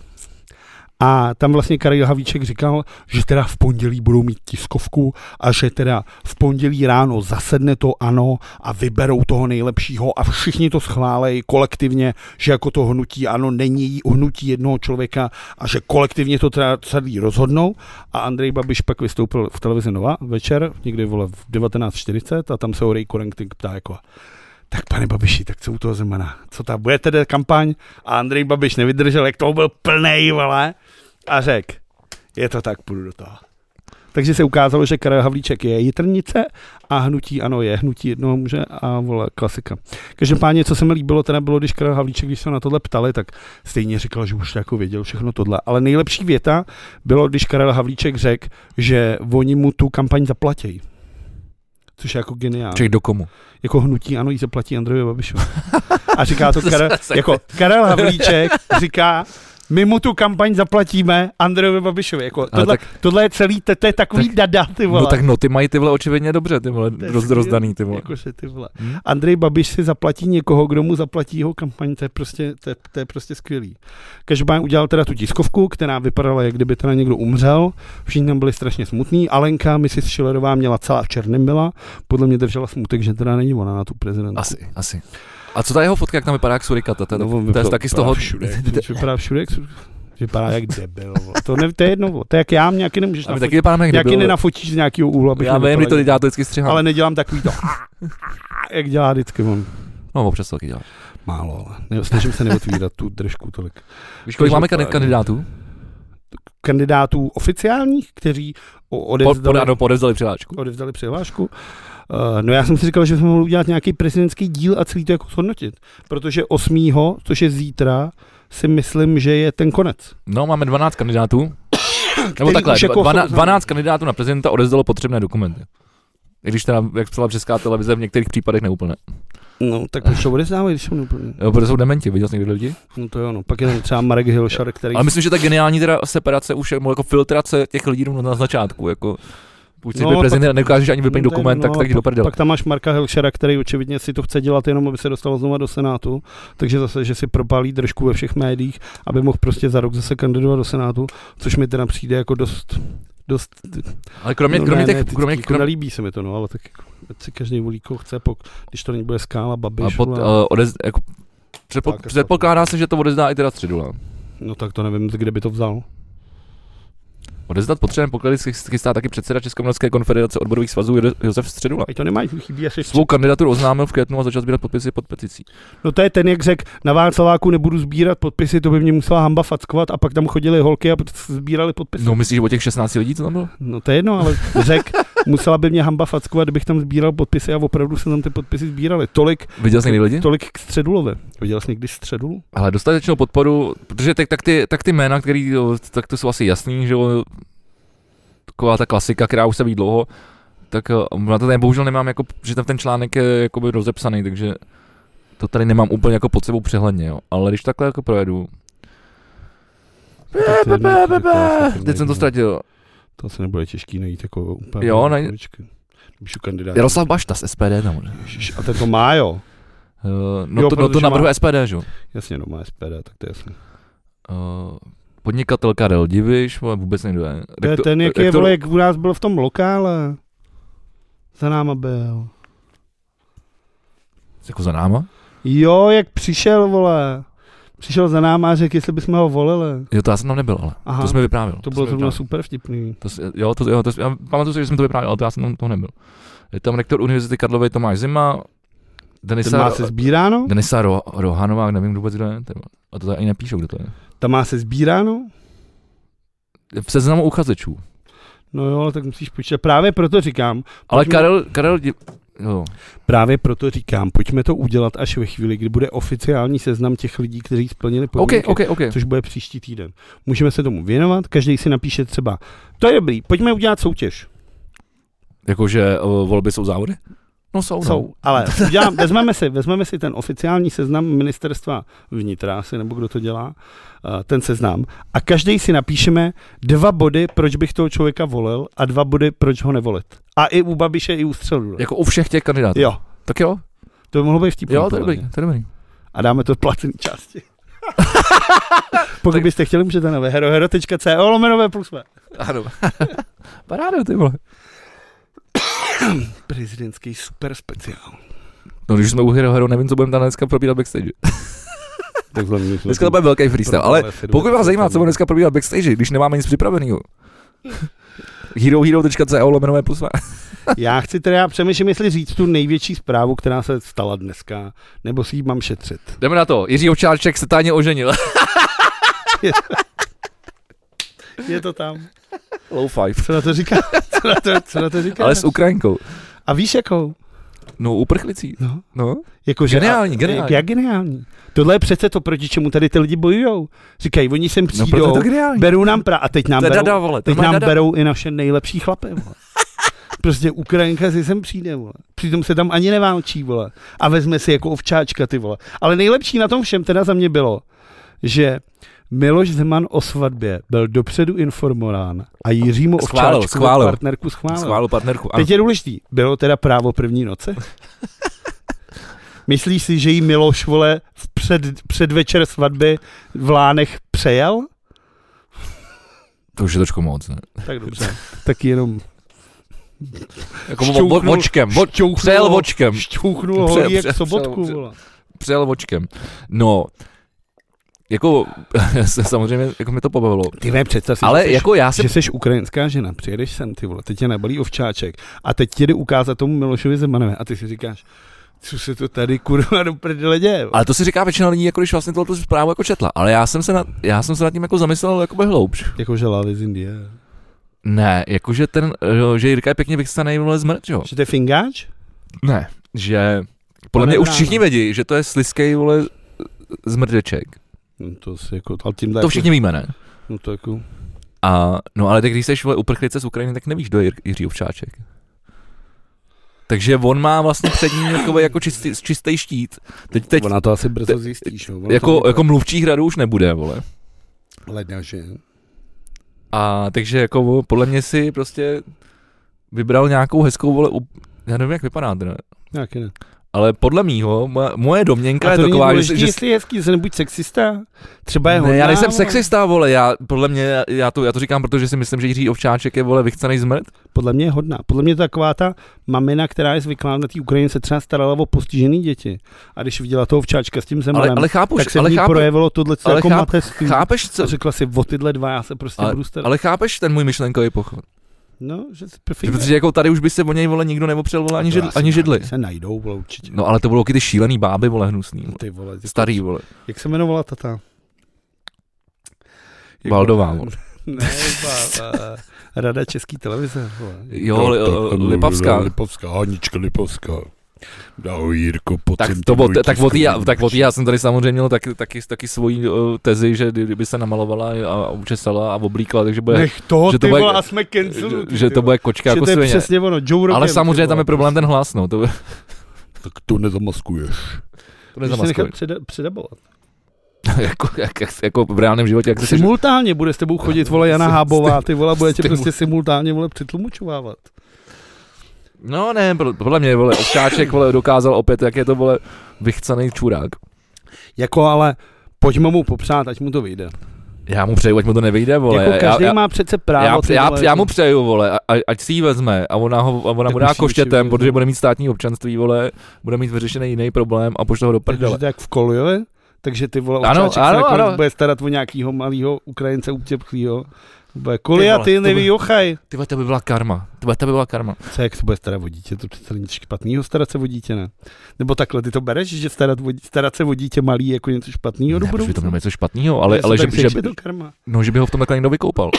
A: A tam vlastně Karel Havíček říkal, že teda v pondělí budou mít tiskovku a že teda v pondělí ráno zasedne to ano a vyberou toho nejlepšího a všichni to schválejí kolektivně, že jako to hnutí ano není hnutí jednoho člověka a že kolektivně to teda celý rozhodnou. A Andrej Babiš pak vystoupil v televizi Nova večer, někdy vole v 19.40 a tam se ho Ray Korenting ptá jako tak pane Babiši, tak co u toho Zemana? Co ta bude teda kampaň? A Andrej Babiš nevydržel, jak toho byl plnej, vole a řekl, je to tak, půjdu do toho. Takže se ukázalo, že Karel Havlíček je jitrnice a hnutí ano je, hnutí jednoho muže a vole, klasika. Každopádně, co se mi líbilo, teda bylo, když Karel Havlíček, když se ho na tohle ptali, tak stejně říkal, že už to jako věděl všechno tohle. Ale nejlepší věta bylo, když Karel Havlíček řekl, že oni mu tu kampaň zaplatí. Což je jako geniální
B: Ček do komu?
A: jako hnutí ano jí zaplatí Andrejovi Babišovi. A říká to
B: To
A: Karel,
B: se- se-
A: jako Karel Havlíček říká, my mu tu kampaň zaplatíme Andrejovi Babišovi. Jako,
B: Ale
A: tohle,
B: tak-
A: tohle, je celý, to, to je takový tak, dada, ty vole.
B: No tak no, ty mají ty vole očividně dobře, ty vole,
A: To je skvělý.
B: roz,
A: Jako-
B: rozdaný ty vole.
A: Jakože, ty vole.
B: Hm?
A: Andrej Babiš si zaplatí někoho, kdo mu zaplatí jeho kampaň, to je prostě, to je, to je prostě skvělý. Každopádně udělal teda tu tiskovku, která vypadala, jak kdyby teda někdo umřel, všichni tam byli strašně smutní, Alenka, Mrs. Schillerová měla celá černým byla, podle mě držela smutek, že teda není ona na tu prezidentku.
B: Asi, asi. A co ta jeho fotka, jak tam vypadá jak surikata? To je,
A: No, on
B: to, to je
A: vypadá-
B: taky z
A: vypadá
B: toho...
A: Všude, jak- vypadá všude, jak, vypadá jak debil. vole. To, ne, to je jedno, vole. to je jak já, mě jaký nemůžeš
B: A my
A: nafotit.
B: taky vypadáme jak
A: Jaký
B: debil.
A: nenafotíš z nějakého úhlu, abych
B: Já vím,
A: nevypadal
B: kdy to
A: jak-
B: dělá, to vždycky střihám.
A: Ale nedělám takový to, jak dělá vždycky on.
B: No, občas to taky dělá.
A: Málo, ale ne, snažím se neotvírat tu držku tolik.
B: Víš, kolik máme kandid-
A: Každopádně.
B: kandidátů?
A: Kandidátů oficiálních, kteří o-
B: Po, no, pod,
A: odevzdali,
B: ano, podevzali přihlášku.
A: odevzdali přihlášku. Uh, no já jsem si říkal, že jsme mohli udělat nějaký prezidentský díl a celý to jako zhodnotit. Protože 8., což je zítra, si myslím, že je ten konec.
B: No, máme 12 kandidátů. Nebo
A: Který
B: takhle,
A: už jako
B: dva- dvana-
A: jsou-
B: 12 kandidátů na prezidenta odezdalo potřebné dokumenty. I když teda, jak psala Česká televize, v některých případech neúplné.
A: No, tak už to odevzdávají, když jsou neúplně.
B: Jo, protože jsou dementi, viděl jsi někdy lidi?
A: No to jo, no. Pak je tam třeba Marek Hilšar, který...
B: Ale myslím, že ta geniální teda separace už je jako filtrace těch lidí rovnou na začátku, jako pokud chceš
A: No,
B: no, být
A: pak-
B: prezident a neukážeš ani vyplnit
A: No,
B: dokument, tak,
A: no,
B: tak jdi do prdele.
A: Pak tam máš Marka Hilšera, který očividně si to chce dělat jenom, aby se dostal znova do Senátu. Takže zase, že si propálí držku ve všech médiích, aby mohl prostě za rok zase kandidovat do Senátu, což mi teda přijde jako dost dost,
B: Ale kromě,
A: no,
B: kromě
A: ne,
B: těch,
A: ne, ty-
B: kromě,
A: jako
B: kromě,
A: nelíbí se mi to, no, ale tak jako, ať si každý volí, koho chce, pok, když to nebude skála,
B: a
A: babiš,
B: pod,
A: vole.
B: uh, odez, jako, předpo,
A: Tak,
B: předpokládá se, že to odezdá i teda středula.
A: no tak to nevím, kde by to vzal.
B: Odezdat potřebné poklady se chystá taky předseda Českomoravské konfederace odborových svazů Jo- Josef Středula.
A: Ať to nemají, chybí asi
B: Svou kandidaturu oznámil v květnu a začal sbírat podpisy pod peticí.
A: No to je ten, jak řekl, na Václaváku nebudu sbírat podpisy, to by mě musela hamba fackovat a pak tam chodili holky a sbírali podpisy. No,
B: No myslíš o těch 16 lidí, co tam bylo?
A: no to je jedno, ale řekl, musela by mě hamba fackovat, kdybych tam sbíral podpisy a opravdu se tam ty podpisy sbíraly. Tolik,
B: Viděl jsi někdy lidi?
A: tolik k Středulovi. Viděl jsi někdy Středulu?
B: Ale dostatečnou podporu, protože tak, tak, ty, tak ty jména, který, jo, tak to jsou asi jasný, že jo, taková ta klasika, která už se ví dlouho, tak eh, na to tady bohužel nemám, jako, že tam ten článek je jakoby rozepsaný, takže to tady nemám úplně jako pod sebou přehledně, jo. ale když takhle jako projedu,
A: Tak to je jedno,
B: Be,
A: tak to
B: be,
A: asi
B: be,
A: taky
B: teď
A: nejde.
B: jsem to ztratil.
A: To asi nebude těžký najít jako úplně.
B: Jo, ne-
A: Počkej. Píšu kandidát.
B: Jaroslav Bašta z SPD tam. bude.
A: Ježiš, a ten to má, jo.
B: Eh, No,
A: Jo,
B: jo, to, no to
A: protože
B: navrhuje
A: má-
B: SPD, že jo.
A: Jasně, no má SPD, tak to je jasné.
B: Eh, podnikatelka Del Diviš, vole, vůbec nejde.
A: To je
B: Rektor-
A: ten, jak je,
B: rektor-
A: vole, jak u nás byl v tom lokále. Za náma byl.
B: Jako za náma?
A: Jo, jak přišel, vole. Přišel za náma a řekl, jestli bychom ho volili.
B: Jo, to já jsem tam nebyl, ale
A: Aha.
B: to jsme vyprávěl.
A: To bylo
B: jsme
A: zrovna
B: vyprávěl.
A: super vtipný.
B: To, s- jo, to, jo, to, s- já pamatuju si, že jsem to vyprávěl, ale to já jsem tam toho nebyl. Je tam rektor Univerzity Karlovy Tomáš Zima,
A: Ten má
B: Denisa,
A: se no? sbíráno?
B: Denisa Ro, Rohanová, nevím vůbec, kdo je. ty vole. A to tady ani nepíšou, kdo to je.
A: Tam má se no? sbíráno?
B: V seznamu uchazečů.
A: No jo, ale tak musíš počítat. Právě proto říkám,
B: Ale
A: Pojďme-
B: Karel, Karel, Di- jo,
A: právě proto říkám, pojďme to udělat až ve chvíli, kdy bude oficiální seznam těch lidí, kteří splnili
B: OK,
A: podmínky.
B: OK, OK.
A: což bude příští týden. Můžeme se tomu věnovat, každý si napíše třeba, to je dobrý, pojďme udělat soutěž.
B: Jakože uh, volby jsou závody? No jsou, no.
A: Jsou, ale udělám, vezmeme, si, vezmeme si ten oficiální seznam ministerstva vnitra, asi nebo kdo to dělá, eh, ten seznam. A každý si napíšeme dva body, proč bych toho člověka volil a dva body, proč ho nevolit. A i u Babiše, i u Středu.
B: Jako u všech těch kandidátů.
A: Jo,
B: Tak jo,
A: to by mohlo být vtipné.
B: jo, to je dobrý, to je dobrý.
A: A dáme to v placený části. Pokud byste chtěli, můžete na herohero.co lomenové plus V.
B: Ano. Paráda, ty vole.
A: Prezidentský super speciál.
B: No když jsme u Hero Hero, nevím, co budeme tam dneska probírat backstage.
A: Tak
B: Dneska to bude velký freestyle, ale pokud vás zajímá, co budeme dneska probírat backstage, když nemáme nic připraveného. herohero.co lomenové plus V.
A: Já chci teda, já přemýšlím, jestli říct tu největší zprávu, která se stala dneska, nebo si ji mám šetřit.
B: Jdeme na to. Jiří Ovčáček se tajně oženil.
A: Je to tam.
B: Low five.
A: Co na to říká? Co na to, co na to říká?
B: Ale s Ukrajinkou.
A: A víš jakou?
B: No, uprchlicí.
A: No.
B: No.
A: Jako, že
B: Geniální,
A: a,
B: geniální.
A: Jak, jak geniální. Tohle je přece to, proti čemu tady ty lidi bojují. Říkají, oni sem
B: No, proto je
A: přijdou,
B: to geniální.
A: berou nám pra a teď nám,
B: To je
A: berou,
B: dada, vole. to
A: teď
B: má
A: nám
B: dada.
A: berou i naše nejlepší chlapy. Vole. Prostě Ukrajinka si sem přijde, vole. Přitom se tam ani neválčí, vole. A vezme si jako ovčáčka, ty vole. Ale nejlepší na tom všem teda za mě bylo, že Miloš Zeman o svatbě byl dopředu informován a Jiřímu
B: Schválil,
A: Ovčáčku
B: schválil.
A: partnerku schválil.
B: Schválil partnerku. Ano.
A: Teď je důležitý. Bylo teda právo první noce? Myslíš si, že jí Miloš, vole, v před, předvečer svatby v Lánech přejel?
B: To už je trošku moc. Ne?
A: Tak dobře. Tak jenom
B: Jako
A: Šťouchnul-
B: vo- vočkem. vo-
A: šťouchnul-
B: Přejel vočkem.
A: šťouchnul ho
B: Pře-
A: jí jak
B: pře-
A: sobotku,
B: pře-
A: vole.
B: přijel vočkem. No, jako, samozřejmě, jako mi to pobavilo.
A: Ty ne, představ si, že
B: Ale
A: seš-
B: jako já si,
A: že jsi ukrajinská žena, přijedeš sem, ty vole, teď tě nabalí ovčáček a teď tě jde ukázat tomu Milošovi Zemanovi a ty si říkáš, co se to tady kurva do prdele děje? vole?
B: ale to si říká většina lidí, jako když vlastně tohle zprávu jako četla, ale já jsem se nad, já jsem se nad tím jako zamyslel jako hloubš.
A: Jako že love is in the air.
B: Ne, jakože ten, eh, že Jirka je pěkně vychcený, vole zmrt, jo.
A: Že to je fingáč?
B: Ne, že podle
A: To
B: mě už
A: nebráno.
B: všichni vědí, že to je sliskej, vole, zmrdeček.
A: No to si jako, ale tímhle
B: To
A: jako-
B: všichni víme, ne?
A: No to jako,
B: A, no ale tak když jsi vole uprchlice z Ukrajiny, tak nevíš, kdo je Jir- Jiří Ovčáček. Takže on má vlastně před ním takový jako čistý, čistý štít. Teď, teď
A: Ona to asi brzo zjistíš. No. Ona
B: jako,
A: to
B: jako mluvčí hradu už nebude, vole.
A: Ledna, že?
B: A takže jako o, podle mě si prostě vybral nějakou hezkou, vole, u... já nevím, jak vypadá teda.
A: Nějaký ne.
B: Ale podle mýho, moje, moje domněnka
A: A
B: je
A: to není
B: taková, že,
A: důležitý,
B: že
A: jestli je hezký, jestli nebuď sexista. Třeba je hodná,
B: ne, já nejsem
A: vole.
B: sexista, vole, já, podle mě, já to, já to říkám, protože si myslím, že Jiří Ovčáček je, vole, vychcený zmrt.
A: Podle mě je hodná. Podle mě je to taková ta mamina, která je zvyklá na té Ukrajině, se třeba starala o postižený děti. A když viděla toho včáčka s tím
B: Ale,
A: zemanem,
B: ale chápu,
A: tak se v
B: ale
A: ní
B: chápu,
A: projevilo tohle co
B: ale
A: jako
B: cháp-
A: mateřství.
B: chápeš, co,
A: A řekla si, o tyhle dva já se prostě budu starat.
B: Ale chápeš ten můj myšlenkový pochod?
A: No, že si
B: Že,
A: perfektně.
B: protože jako tady už by se o něj vole nikdo neopřel vole, ani,
A: To
B: žid,
A: asi
B: ani
A: ne,
B: židli.
A: Se najdou, vole, určitě.
B: No ale to budou taky ty šílený báby vole hnusný. Vole.
A: Ty vole, ty- prostě-
B: Starý vole.
A: Jak se jmenovala tata? Jako-
B: Valdová, vole.
A: Ne, ba, ba, Rada České televize. Vole.
B: Jo, li, eh, Lipavská.
C: Lipavská, Hanička Lipavská. No, Jirko, po
B: Tak, to, bo, tak, od já, tak od já jsem tady samozřejmě měl taky, taky, taky svoji uh, tezi, že kdy- kdyby se namalovala a učesala a oblíkla, takže bude,
A: Nech toho,
B: že to
A: ty
B: bude-
A: vole, a jsme
B: že,
A: canceled.
B: že to bude kočka jako
A: že to je
B: svině.
A: přesně ono, Joe Rogan,
B: Ale
A: ty
B: samozřejmě
A: vole.
B: tam je problém ten hlas, no, to,
C: tak to nezamaskuješ.
B: to
A: Když se nechat
B: nezamaskuješ.
A: předa- předabovat.
B: jako, jak, jak, jako v reálném životě, jak jsi,
A: Simultánně bude s tebou chodit, vole, Jana
B: Sim-
A: Hábová, ty vole, bude tě
B: stimu-
A: prostě simultánně, vole, přitlumočovávat.
B: No ne, pro- podle mě, vole, Ovčáček, vole, dokázal opět, jak je to, vole, vychcanej čurák.
A: Jako ale, pojďme mu popřát, ať mu to vyjde.
B: Já mu přeju, ať mu to nevyjde, vole.
A: jako
B: já,
A: každý
B: já,
A: má přece právo.
B: já,
A: ty
B: já,
A: vole,
B: já,
A: jako-
B: mu přeju, vole, a, a- ať si ji vezme a ona, ho, a ona
A: Tak
B: mu dá
A: musí
B: koštětem,
A: určitě
B: protože
A: vzít.
B: bude mít státní občanství, vole, bude mít vyřešený jiný problém a pošle ho do prdele.
A: Takže to jak v Koljově, takže ty vole
B: Ano,
A: ovčáček ano,
B: ano,
A: se nakonec
B: ano.
A: bude starat o nějakýho malého Ukrajince utěplýho. Bude Kolia, ty
B: to by-
A: neví, jochaj.
B: Ty vole, to by byla karma, ty vole, to by byla karma.
A: Co, jak se bude starat o dítě, to přece nic špatného starat se o dítě, ne? Nebo takhle, ty to bereš, že starat, o, dí- starat se o dítě malý je jako něco špatného do
B: Ne, protože by to
A: budoucna?
B: mělo něco špatného, ale,
A: Já
B: ale že,
A: jsem tak
B: že,
A: řekl, to karma.
B: no, že by ho v tom takhle někdo vykoupal.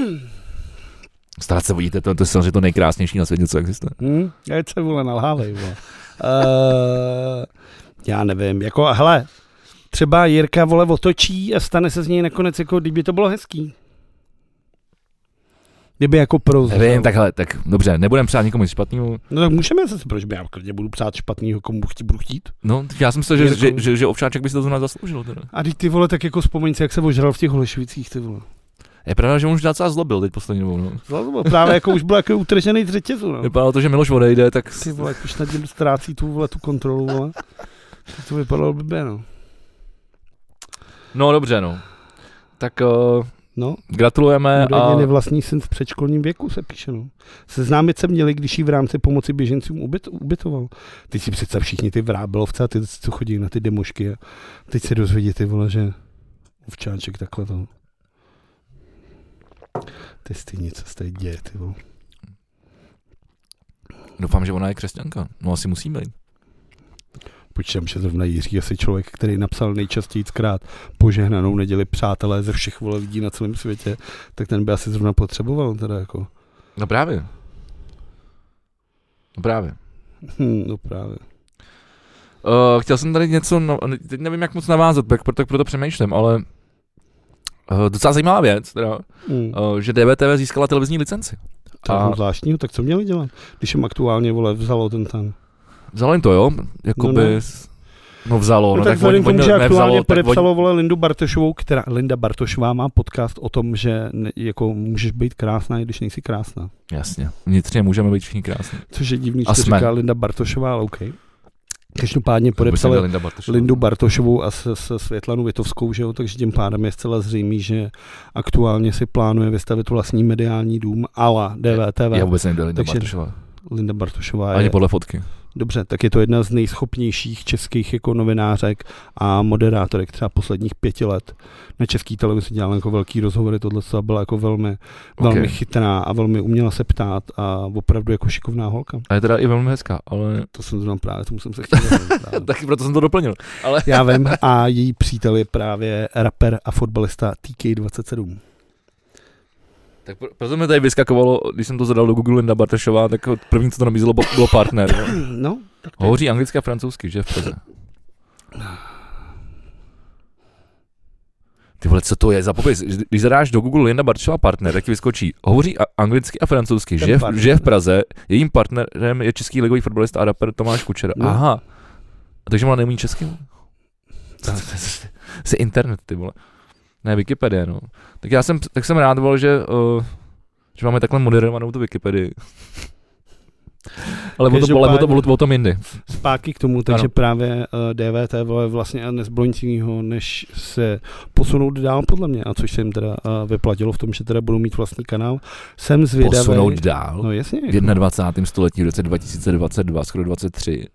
B: Starat se vidíte, to, to je samozřejmě to nejkrásnější na světě, co existuje.
A: Hm? Já se vole nalhávej, vole. Uh, já nevím, jako hele, třeba Jirka vole otočí a stane se z něj nakonec, jako kdyby to bylo hezký. Kdyby jako prozřel.
B: Nevím, takhle, tak dobře, nebudem přát nikomu nic špatného,
A: No tak můžeme se proč by já klidně budu psát špatnýho, komu chtí, budu chtít.
B: No, já jsem myslel, že,
A: Jirku.
B: že, že, že Ovčáček by si to zrovna zasloužil. Teda.
A: A teď ty vole, tak jako vzpomeň si, jak se ožral v těch Holešovicích, ty vole.
B: Je pravda, že mu už docela zlobil teď poslední dobou. No.
A: Zvládl, vole, právě jako už byl jako utržený z řetězu, no.
B: Vypadalo to, že Miloš odejde, tak
A: Ty vole, jak už nad tím ztrácí tu vole, tu kontrolu, vole. Tak to vypadalo blbě, no.
B: no dobře, no. Tak uh,
A: No,
B: gratulujeme
A: Údajně
B: a
A: nevlastní syn v předškolním věku se píše. No. Seznámit se měli, když ji v rámci pomoci běžencům ubyt, ubytoval. Teď si představ všichni ty vrábelovce a ty, co chodí na ty demošky. A teď se dozvědí ty vole, že ovčáček takhle to. Ty stejně, co se tady děje, ty vole.
B: doufám, že ona je křesťanka. No asi musí být.
A: Počítám, že zrovna Jiří asi člověk, který napsal nejčastějckrát požehnanou neděli přátelé ze všech vole lidí na celém světě, tak ten by asi zrovna potřeboval teda jako.
B: No právě. No právě.
A: Hm, no právě.
B: Uh, chtěl jsem tady něco, no, teď nevím, jak moc navázat, tak proto, proto přemýšlím, ale uh, docela zajímavá věc, teda,
A: Hm.
B: uh, že DVTV získala televizní licenci.
A: To
B: A-
A: a... zvláštního, tak co měli dělat? Když jim aktuálně, vole, vzalo ten tam.
B: Vzalo jim to, jo? Jakoby...
A: No,
B: No,
A: no.
B: no vzalo,
A: No,
B: no,
A: tak vzhledem k tomu, že aktuálně
B: tak oni-
A: podepsalo, vole, Lindu Bartošovou, která, Linda Bartošová má podcast o tom, že ne, jako můžeš být krásná, i když nejsi krásná.
B: Jasně, vnitřně můžeme být všichni krásní.
A: Což je divný,
B: A
A: že to
B: jsme.
A: říká Linda Bartošová, ale OK. Každopádně podepsali
B: Linda Bartošová.
A: Lindu Bartošovou a se, se Světlanu Vitovskou, že jo? takže tím pádem je zcela zřejmý, že aktuálně si plánuje vystavit vlastní mediální dům, ala DVTV.
B: Já vůbec nevím, kdo je Linda
A: Takže-
B: Bartošová.
A: Linda Bartošová je
B: Ani podle fotky.
A: Dobře, tak je to jedna z nejschopnějších českých jako novinářek a moderátorek třeba posledních pěti let. Na český televizi dělala jako velký rozhovory, tohle co byla jako velmi, velmi
B: Ok.
A: chytrá a velmi uměla se ptát a opravdu jako šikovná holka.
B: A je teda i velmi hezká, ale...
A: To jsem zrovna právě, tomu jsem se chtěl věnovat právě.
B: Taky proto jsem to doplnil. Ale...
A: Já vím a její přítel je právě rapper a fotbalista TK27.
B: Tak pro- proto mi tady vyskakovalo, když jsem to zadal do Google Linda Bartošová, tak první, co to nabízelo, bo- bylo partner. jo.
A: No, tak to je
B: Hovoří anglicky a francouzsky, že v Praze. Ty vole, co to je za popis? Když zadáš do Google Linda Bartošová partner, tak ti vyskočí. Hovoří a- anglicky a francouzsky,
A: Ten
B: že, v-
A: partner.
B: že v Praze. Jejím partnerem je český ligový fotbalista a rapper Tomáš Kučera.
A: No.
B: Aha. A takže ona neumí česky? Jsi internet, ty vole. Ne, Wikipedie, no. Tak já jsem, tak jsem rád, vole, že, uh, že máme takhle moderovanou tu Wikipedii. Ale o tom, ale o tom, o tom jindy.
A: zpátky k tomu, takže
B: Ano.
A: ano. právě uh, DVTV je vlastně nezbylo nic jiného, než se posunout dál podle mě, a což se jim teda uh, vyplatilo v tom, že teda budou mít vlastní kanál. Jsem zvědavý.
B: Posunout dál.
A: No jasně.
B: v 21. století, v roce 2022, skoro 23,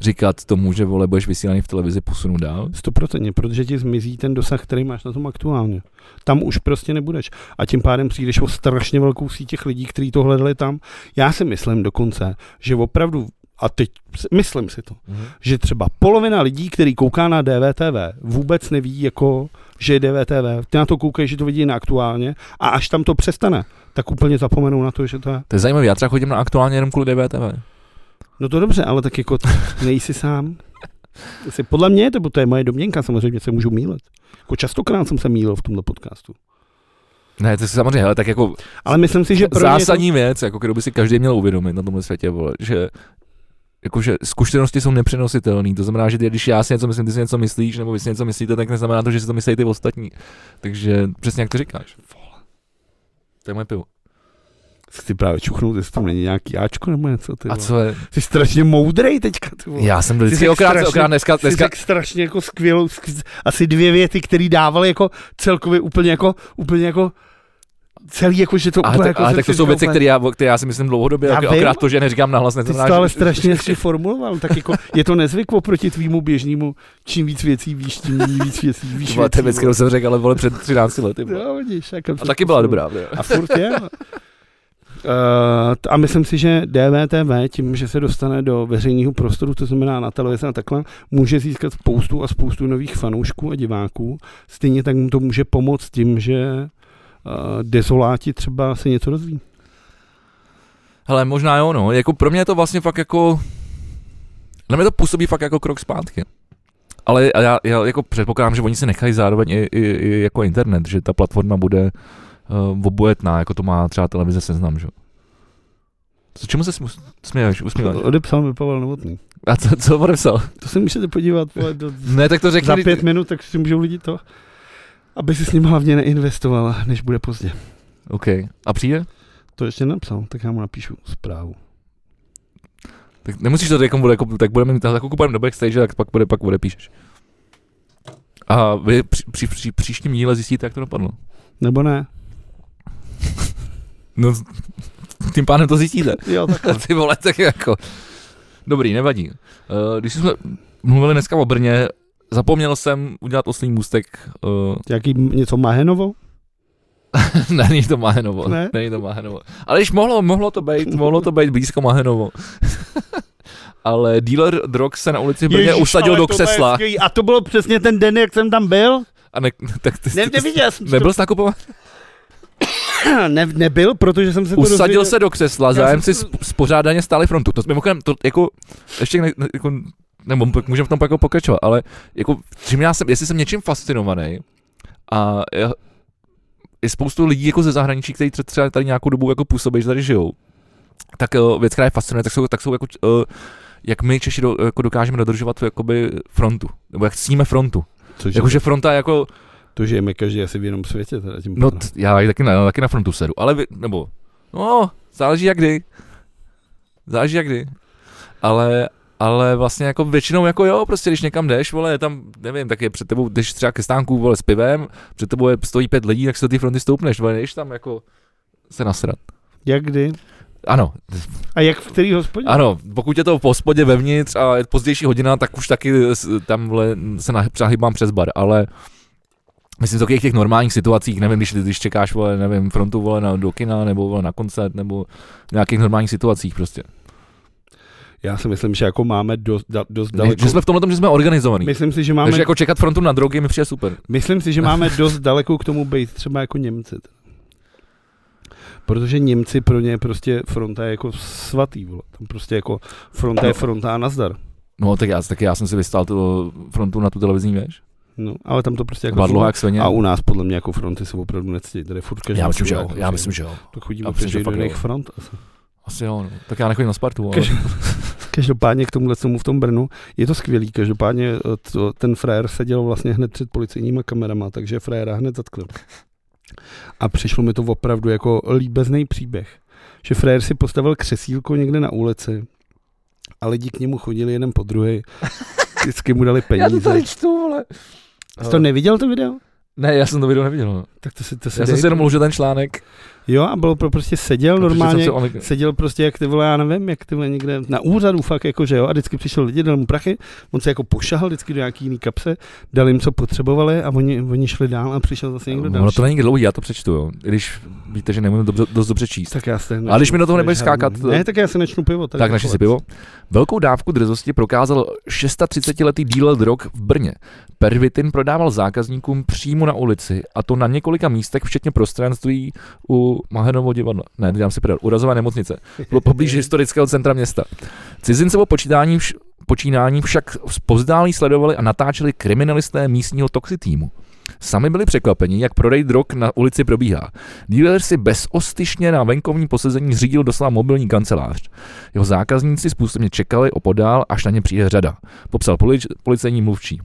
B: říkat tomu, že vole, budeš vysílaný v televizi, posunu dál.
A: Stoprocentně, protože ti zmizí ten dosah, který máš na tom aktuálně. Tam už prostě nebudeš. A tím pádem přijdeš o strašně velkou síť těch lidí, kteří to hledali tam. Já si myslím dokonce, že opravdu, a teď si- myslím si to, že třeba polovina lidí, který kouká na DVTV, vůbec neví, jako, že je DVTV. Ty na to koukají, že to vidí na aktuálně a až tam to přestane, tak úplně zapomenou na to, že to je.
B: To je zajímavé, já třeba chodím na aktuálně jenom kvůli DVTV.
A: No to dobře, ale tak jako t- nejsi sám. Jsi, podle mě je to, to je moje domněnka, samozřejmě se můžu mílet. Jako častokrát jsem se mílil v tomto podcastu.
B: Ne, to je samozřejmě, ale tak jako
A: Ale myslím si, že pro
B: zásadní
A: Mě
B: to... věc, jako kterou by si každý měl uvědomit na tomhle světě, vole, že jakože zkušenosti jsou nepřenositelné. To znamená, že ty, když já si něco myslím, ty si něco myslíš, nebo vy si něco myslíte, tak neznamená to, že si to myslí ty ostatní. Takže přesně jak to říkáš. To je moje pivo.
A: to, chci právě čuchnout, jestli tam není nějaký jáčko nebo něco. Ty,
B: A
A: vole.
B: co je?
A: Jsi strašně moudrej teďka, ty vole.
B: Já jsem byl
A: Ty jsi
B: vždycky okrát,
A: strašně-
B: okrát dneska,
A: Jsi
B: dneska,
A: řekl strašně jako skvělou, sk- asi dvě věty, které dávaly jako celkově úplně jako, úplně jako celý jako, že to
B: Ale,
A: úplně
B: tak-
A: jako
B: ale
A: jsem
B: tak to
A: si
B: jsou
A: říkal,
B: věci,
A: úplně-
B: které já, o které já si myslím dlouhodobě,
A: Já
B: jako
A: vím.
B: akorát to, že neříkám nahlas,
A: Ty jsi
B: neznamená,
A: to ale
B: že-
A: strašně hezky formuloval, tak jako je to nezvyk oproti tvýmu běžnému, čím víc věcí víš, tím méně víc věcí víš.
B: Ty vole, to je věc, kterou
A: vole.
B: jsem řekl, ale vole před 13 lety. vole.
A: Jo, vidíš, jako jak
B: A taky byla dobrá. vole.
A: A furt je. Uh, a myslím si, že DVTV tím, že se dostane do veřejného prostoru, to znamená na televizi a takhle, může získat spoustu a spoustu nových fanoušků a diváků. Stejně tak mu to může pomoct tím, že uh, dezoláti třeba se něco dozví.
B: Hele, možná jo, no. Jako pro mě je to vlastně fakt jako... Na mě to působí fakt jako krok zpátky. Ale já, já jako předpokládám, že oni se nechají zároveň i, i, i jako internet, že ta platforma bude uh, obojetná, jako to má třeba televize seznam, že? jo. Co, čemu se smu- směješ, usmíváš?
A: Jako Odepsal mi Pavel Novotný.
B: A co, co podepsal?
A: To se můžete podívat vole, do
B: Ne, tak to řekni.
A: za pět minut, tak si můžou lidi to. Aby si s ním hlavně neinvestoval, než bude pozdě.
B: OK. A přijde?
A: To ještě napsal, tak já mu napíšu zprávu.
B: Tak nemusíš to říkat, bude, jako, tak budeme mít, tak jako kupujeme do backstage, tak pak bude, pak bude píšeš. A vy při, při, při, příštím díle zjistíte, jak to dopadlo.
A: Nebo ne?
B: No, z- tím pádem to zjistíte.
A: Jo, tak.
B: Ty vole, tak jako... Dobrý, nevadí. Eh, Když jsme mluvili dneska o Brně, zapomněl jsem udělat oslý můstek. eh,
A: Jaký něco Mahenovo?
B: ne, není to Mahenovo.
A: Ne?
B: Není to Mahenovo. Ale když mohlo, mohlo to být, mohlo to být blízko Mahenovo. Ale dealer drog se na ulici v Brně usadil
A: ale
B: do
A: to
B: křesla.
A: je skvělý. A to bylo přesně ten den, jak jsem tam byl.
B: A ne, tak ty,
A: Ne,
B: ty, ty,
A: neviděl jsem
B: nebyl jsi nakupovat?
A: to. Ne, nebyl, protože jsem se to
B: Usadil
A: dozvěděl.
B: se do křesla,
A: Já
B: zájemci
A: jsem
B: sp- spořádaně stáli frontu. To mimochodem, to jako, ještě ne, ne- jako, nebo pak můžeme v tom pak jako pokračovat, ale jako, čím já jsem, jestli jsem něčím fascinovaný a já, je spoustu lidí jako ze zahraničí, kteří tře- třeba tady nějakou dobu jako působí, že tady žijou, tak eh, věc, která je fascinuje, tak jsou, tak jsou jako, eh, jak my Češi do, jako dokážeme dodržovat tu jakoby frontu, nebo jak cníme frontu.
A: Což jako,
B: Jakože fronta je jako,
A: to žijeme každý asi v jiném světě. Teda tím
B: No,
A: pádem.
B: t- já taky na, taky na frontu sedu, ale vy, nebo, no, záleží jak kdy. Záleží jak kdy. Ale, ale vlastně jako většinou jako jo, prostě když někam jdeš, vole, je tam, nevím, tak je před tebou, jdeš třeba ke stánku, vole, s pivem, před tebou je, stojí pět lidí, tak se do té fronty stoupneš, vole, nejdeš tam jako se nasrat.
A: Jak kdy?
B: Ano,
A: A jak v který hospodě?
B: ano, pokud je to v hospodě vevnitř a je pozdější hodina, tak už taky s- tam vole, se nah- přahýbám přes bar, ale myslím v takových těch normálních situacích, nevím, když, když čekáš, vole, nevím, frontu, vole, na, do kina, nebo vole, na koncert, nebo v nějakých normálních situacích prostě.
A: Já si myslím, že jako máme dost, da, dost
B: My,
A: daleko.
B: že jsme v tomhle tom, že jsme organizovaný.
A: Myslím si, že máme,
B: Takže jako čekat frontu na drogy mi přijde super.
A: myslím si, že máme dost daleko k tomu být třeba jako Němci. Protože Němci pro ně prostě fronta je jako svatý. Vole. Tam prostě jako fronta je fronta a nazdar.
B: No tak já, tak já jsem si vystál tu frontu na tu televizní věž.
A: No, ale tam to prostě jako...
B: Jako Badlo jak svině.
A: A u nás podle mě jako fronty se opravdu nectí. Tady furt každý
B: Já myslím, že
A: přijel,
B: jo, já myslím, že jo.
A: To chodíme
B: já
A: já
B: myslím, že
A: přes do
B: fakt
A: jiných
B: jo.
A: front. asi.
B: Asi jo, no. tak já nechodím na Spartu, ale...
A: Každý- Každopádně k tomuhle tomu v tom Brnu je to skvělý. Každopádně eh, to, ten frajer seděl vlastně hned před policejníma kamerama, takže frajera hned zatkli. A přišlo mi to opravdu jako líbezný příběh, že frajer si postavil křesílko někde na ulici a lidi k němu chodili jeden po druhý. Vždycky mu dali peníze.
B: čtu, vole.
A: Jsi to neviděl to video?
B: Ne, já jsem to video neviděl. No.
A: Tak to si, to si
B: Já
A: dej-
B: jsem si jenom užil ten článek.
A: Jo, a bylo pro prostě seděl
B: protože
A: normálně,
B: jsem se on-
A: seděl prostě jak ty vole, já nevím, jak ty vole někde na úřadu fakt jako, že jo, a vždycky přišel lidi, dal mu prachy, on se jako pošahal vždycky do nějaký jiný kapse, dal jim, co potřebovali a oni, oni šli dál a přišel zase někdo
B: No, Ono
A: další.
B: to není dlouhý, já to přečtu, jo. I když víte, že nemůžu dobře, dost dobře číst.
A: Tak já se
B: A když mi do toho nebudeš
A: než-
B: skákat, to-
A: Ne, tak jako já se nečnu pivo. tady
B: Tak
A: na
B: naši
A: kolec.
B: si pivo. Velkou dávku drzosti prokázal 630-letý díl drog v Brně. Pervitin prodával zákazníkům přímo na ulici, a to na několika místech, včetně prostranství u u Mahenovo divadla. Ne, dělám si prdel. Urazová nemocnice. Bylo poblíž historického centra města. Cizincovo počítání vš- počínání však pozdálí sledovali a natáčeli kriminalisté místního toxi týmu. Sami byli překvapeni, jak prodej drog na ulici probíhá. Dealer si bezostyšně na venkovní posezení zřídil doslova mobilní kancelář. Jeho zákazníci způsobně čekali opodál, až na ně přijde řada, popsal polic- policejní mluvčí.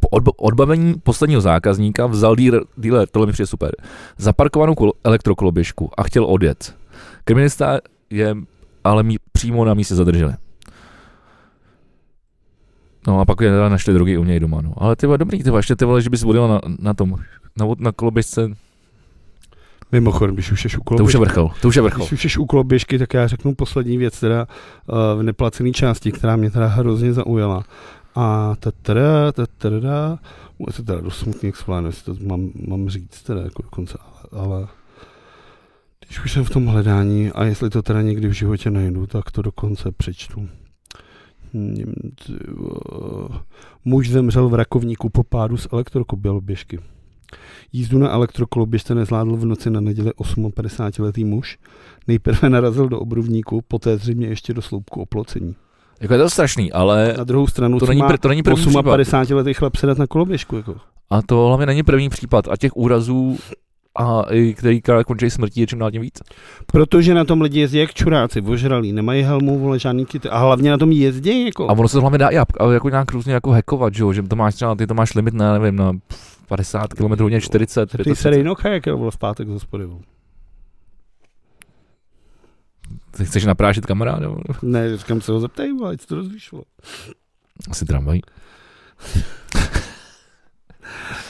B: Po odb- odbavení posledního zákazníka vzal dealer, dealer tohle mi přijde super, zaparkovanou kol- elektrokoloběžku a chtěl odjet. Kriminalista je ale mí přímo na místě zadrželi. No a pak je teda našli drogy u něj doma, no. Ale ty vole, dobrý, ty vole, ještě ty vole, že bys odjel na, na tom, na, na koloběžce,
A: Mimochodem, když už jsi u
B: to už
A: koloběžky,
B: je vrchol, to už je vrchol.
A: když už jsi u koloběžky, tak já řeknu poslední věc teda eh, v neplacené části, která mě teda hrozně zaujala. A ta teda, ta teda, je to teda dosmutný, jak schválně, jestli to mám, mám říct teda jako dokonce, ale, ale když už jsem v tom hledání a jestli to teda někdy v životě najdu, tak to dokonce přečtu. Hm, ty vole. Muž zemřel v rakovníku po pádu z elektrokoloběžky. Jízdu na elektrokoloběžce nezvládl v noci na neděli 58-letý muž. Nejprve narazil do obrubníku, poté zřejmě ještě do sloupku oplocení.
B: Jako je to strašný, ale
A: Na druhou stranu,
B: to
A: co
B: není,
A: má
B: pr- to není první případ.
A: 58 letý chlap sedat na koloběžku. Jako.
B: A to hlavně není první případ. A těch úrazů, a i který krát končí smrtí, je čím dál tím víc.
A: Protože na tom lidi jezdí jak čuráci, ožralí, nemají helmu, vole, žádný kyty. A hlavně na tom jezdí. Jako.
B: A ono se to hlavně dá i up- a jako nějak různě jako hackovat, že, jo? že to máš třeba, ty to máš limit na, nevím, na pff, 50 km hodně, 40,
A: Ty
B: 45.
A: se Rejno Kajaker byl v pátek z hospody. vole.
B: Ty chceš naprášit kamaráda? jo?
A: Ne, říkám se ho zeptej, vole, ať se to rozvíš. vole.
B: Asi tramvají.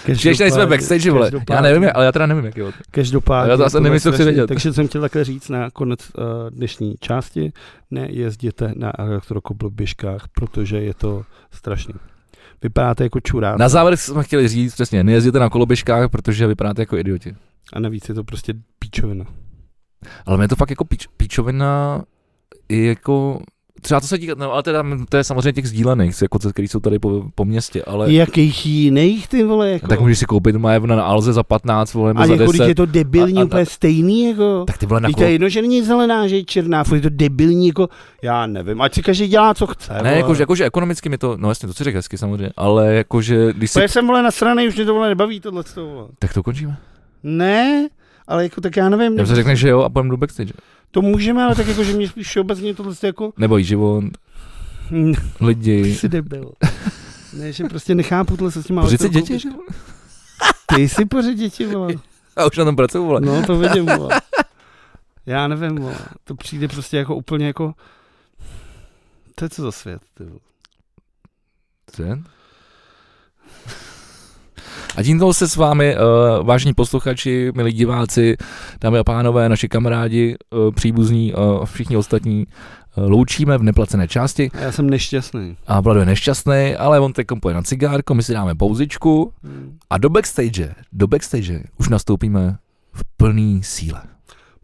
B: Že ještě nejsme
A: Každopádně-
B: backstage, vole. Já
A: každopádně-
B: nevím, ale já teda nevím, jak je to.
A: Každopádně.
B: Já to asi
A: tohle
B: nevím, co chci
A: strašně-
B: vědět.
A: Takže jsem chtěl takhle říct na konec uh, dnešní části. Nejezděte na elektrokobloběžkách, protože je to strašný. Vypadáte jako čurák
B: Na závěr jsme chtěli říct přesně, nejezděte na koloběžkách, protože vypadáte jako idioti.
A: a navíc je to prostě píčovina.
B: Ale mě to fakt jako pič, pičovina i jako Třeba to se díkat, no ale teda, to je samozřejmě těch sdílených, jako, který jsou tady po, po městě, ale... No
A: Jakých jiných ty vole jako?
B: Tak můžeš si koupit majevna na Alze za 15, vole, nebo
A: a
B: za
A: jako, když
B: 10.
A: je to debilní,
B: A-
A: a,
B: a-
A: a, úplně stejný jako.
B: Tak ty vole na
A: Teď to je
B: kolo...
A: jedno, že není zelená, že je černá, furt je to debilní jako, já nevím, ať si každý dělá, co chce.
B: Ne, jako,
A: vole.
B: jakože, jakože ekonomicky mi to, no jasně, to si řekl hezky samozřejmě, ale jakože, když si...
A: To já jsem vole nasranej, už mě to vole nebaví tohle z toho.
B: Tak to končíme.
A: Ne, ale jako tak já nevím.
B: Já se řekne, že jo a půjdeme do backstage.
A: To můžeme, ale tak jako, že mě spíš všeobecně tohle je jako...
B: Nebo i život,
A: Ty
B: lidi.
A: jsi debil. Hmm. Ne, že prostě nechápu tohle se s těma...
B: Pořiď si
A: elektrokou-
B: děti, že? jo?
A: Ty jsi pořiď děti, vole.
B: Já už na tom pracuju, vole.
A: No, to vidím, vole. Já nevím, vole. To přijde prostě jako úplně jako... To je co za svět, ty vole.
B: Ten? A tímto se s vámi, uh, vážní posluchači, milí diváci, dámy a pánové, naši kamarádi, uh, příbuzní, uh, všichni ostatní, uh, loučíme v neplacené části.
A: A já jsem nešťastný.
B: A Vlado je nešťastný, ale on teď půjde na cigárko, my si dáme pouzičku
A: Hmm.
B: a do backstage, do backstage už nastoupíme v plný síle.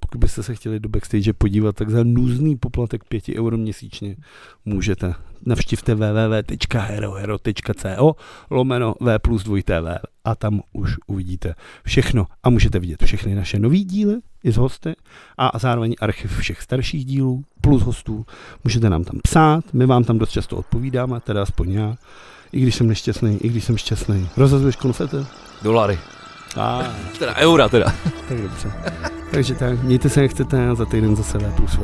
A: Pokud byste se chtěli do backstage podívat, tak za nůzný poplatek 5 euro měsíčně můžete. Navštivte www.herohero.co lomeno v plus 2 tv a tam už uvidíte všechno a můžete vidět všechny naše nový díly i z hosty a zároveň archiv všech starších dílů plus hostů. Můžete nám tam psát, my vám tam dost často odpovídáme, teda aspoň já. I když jsem nešťastný, i když jsem šťastný. Rozhazuješ konfety?
B: Dolary.
A: Ah.
B: Teda eura teda.
A: Tak dobře. Takže tak, mějte se jak chcete a za týden zase V plus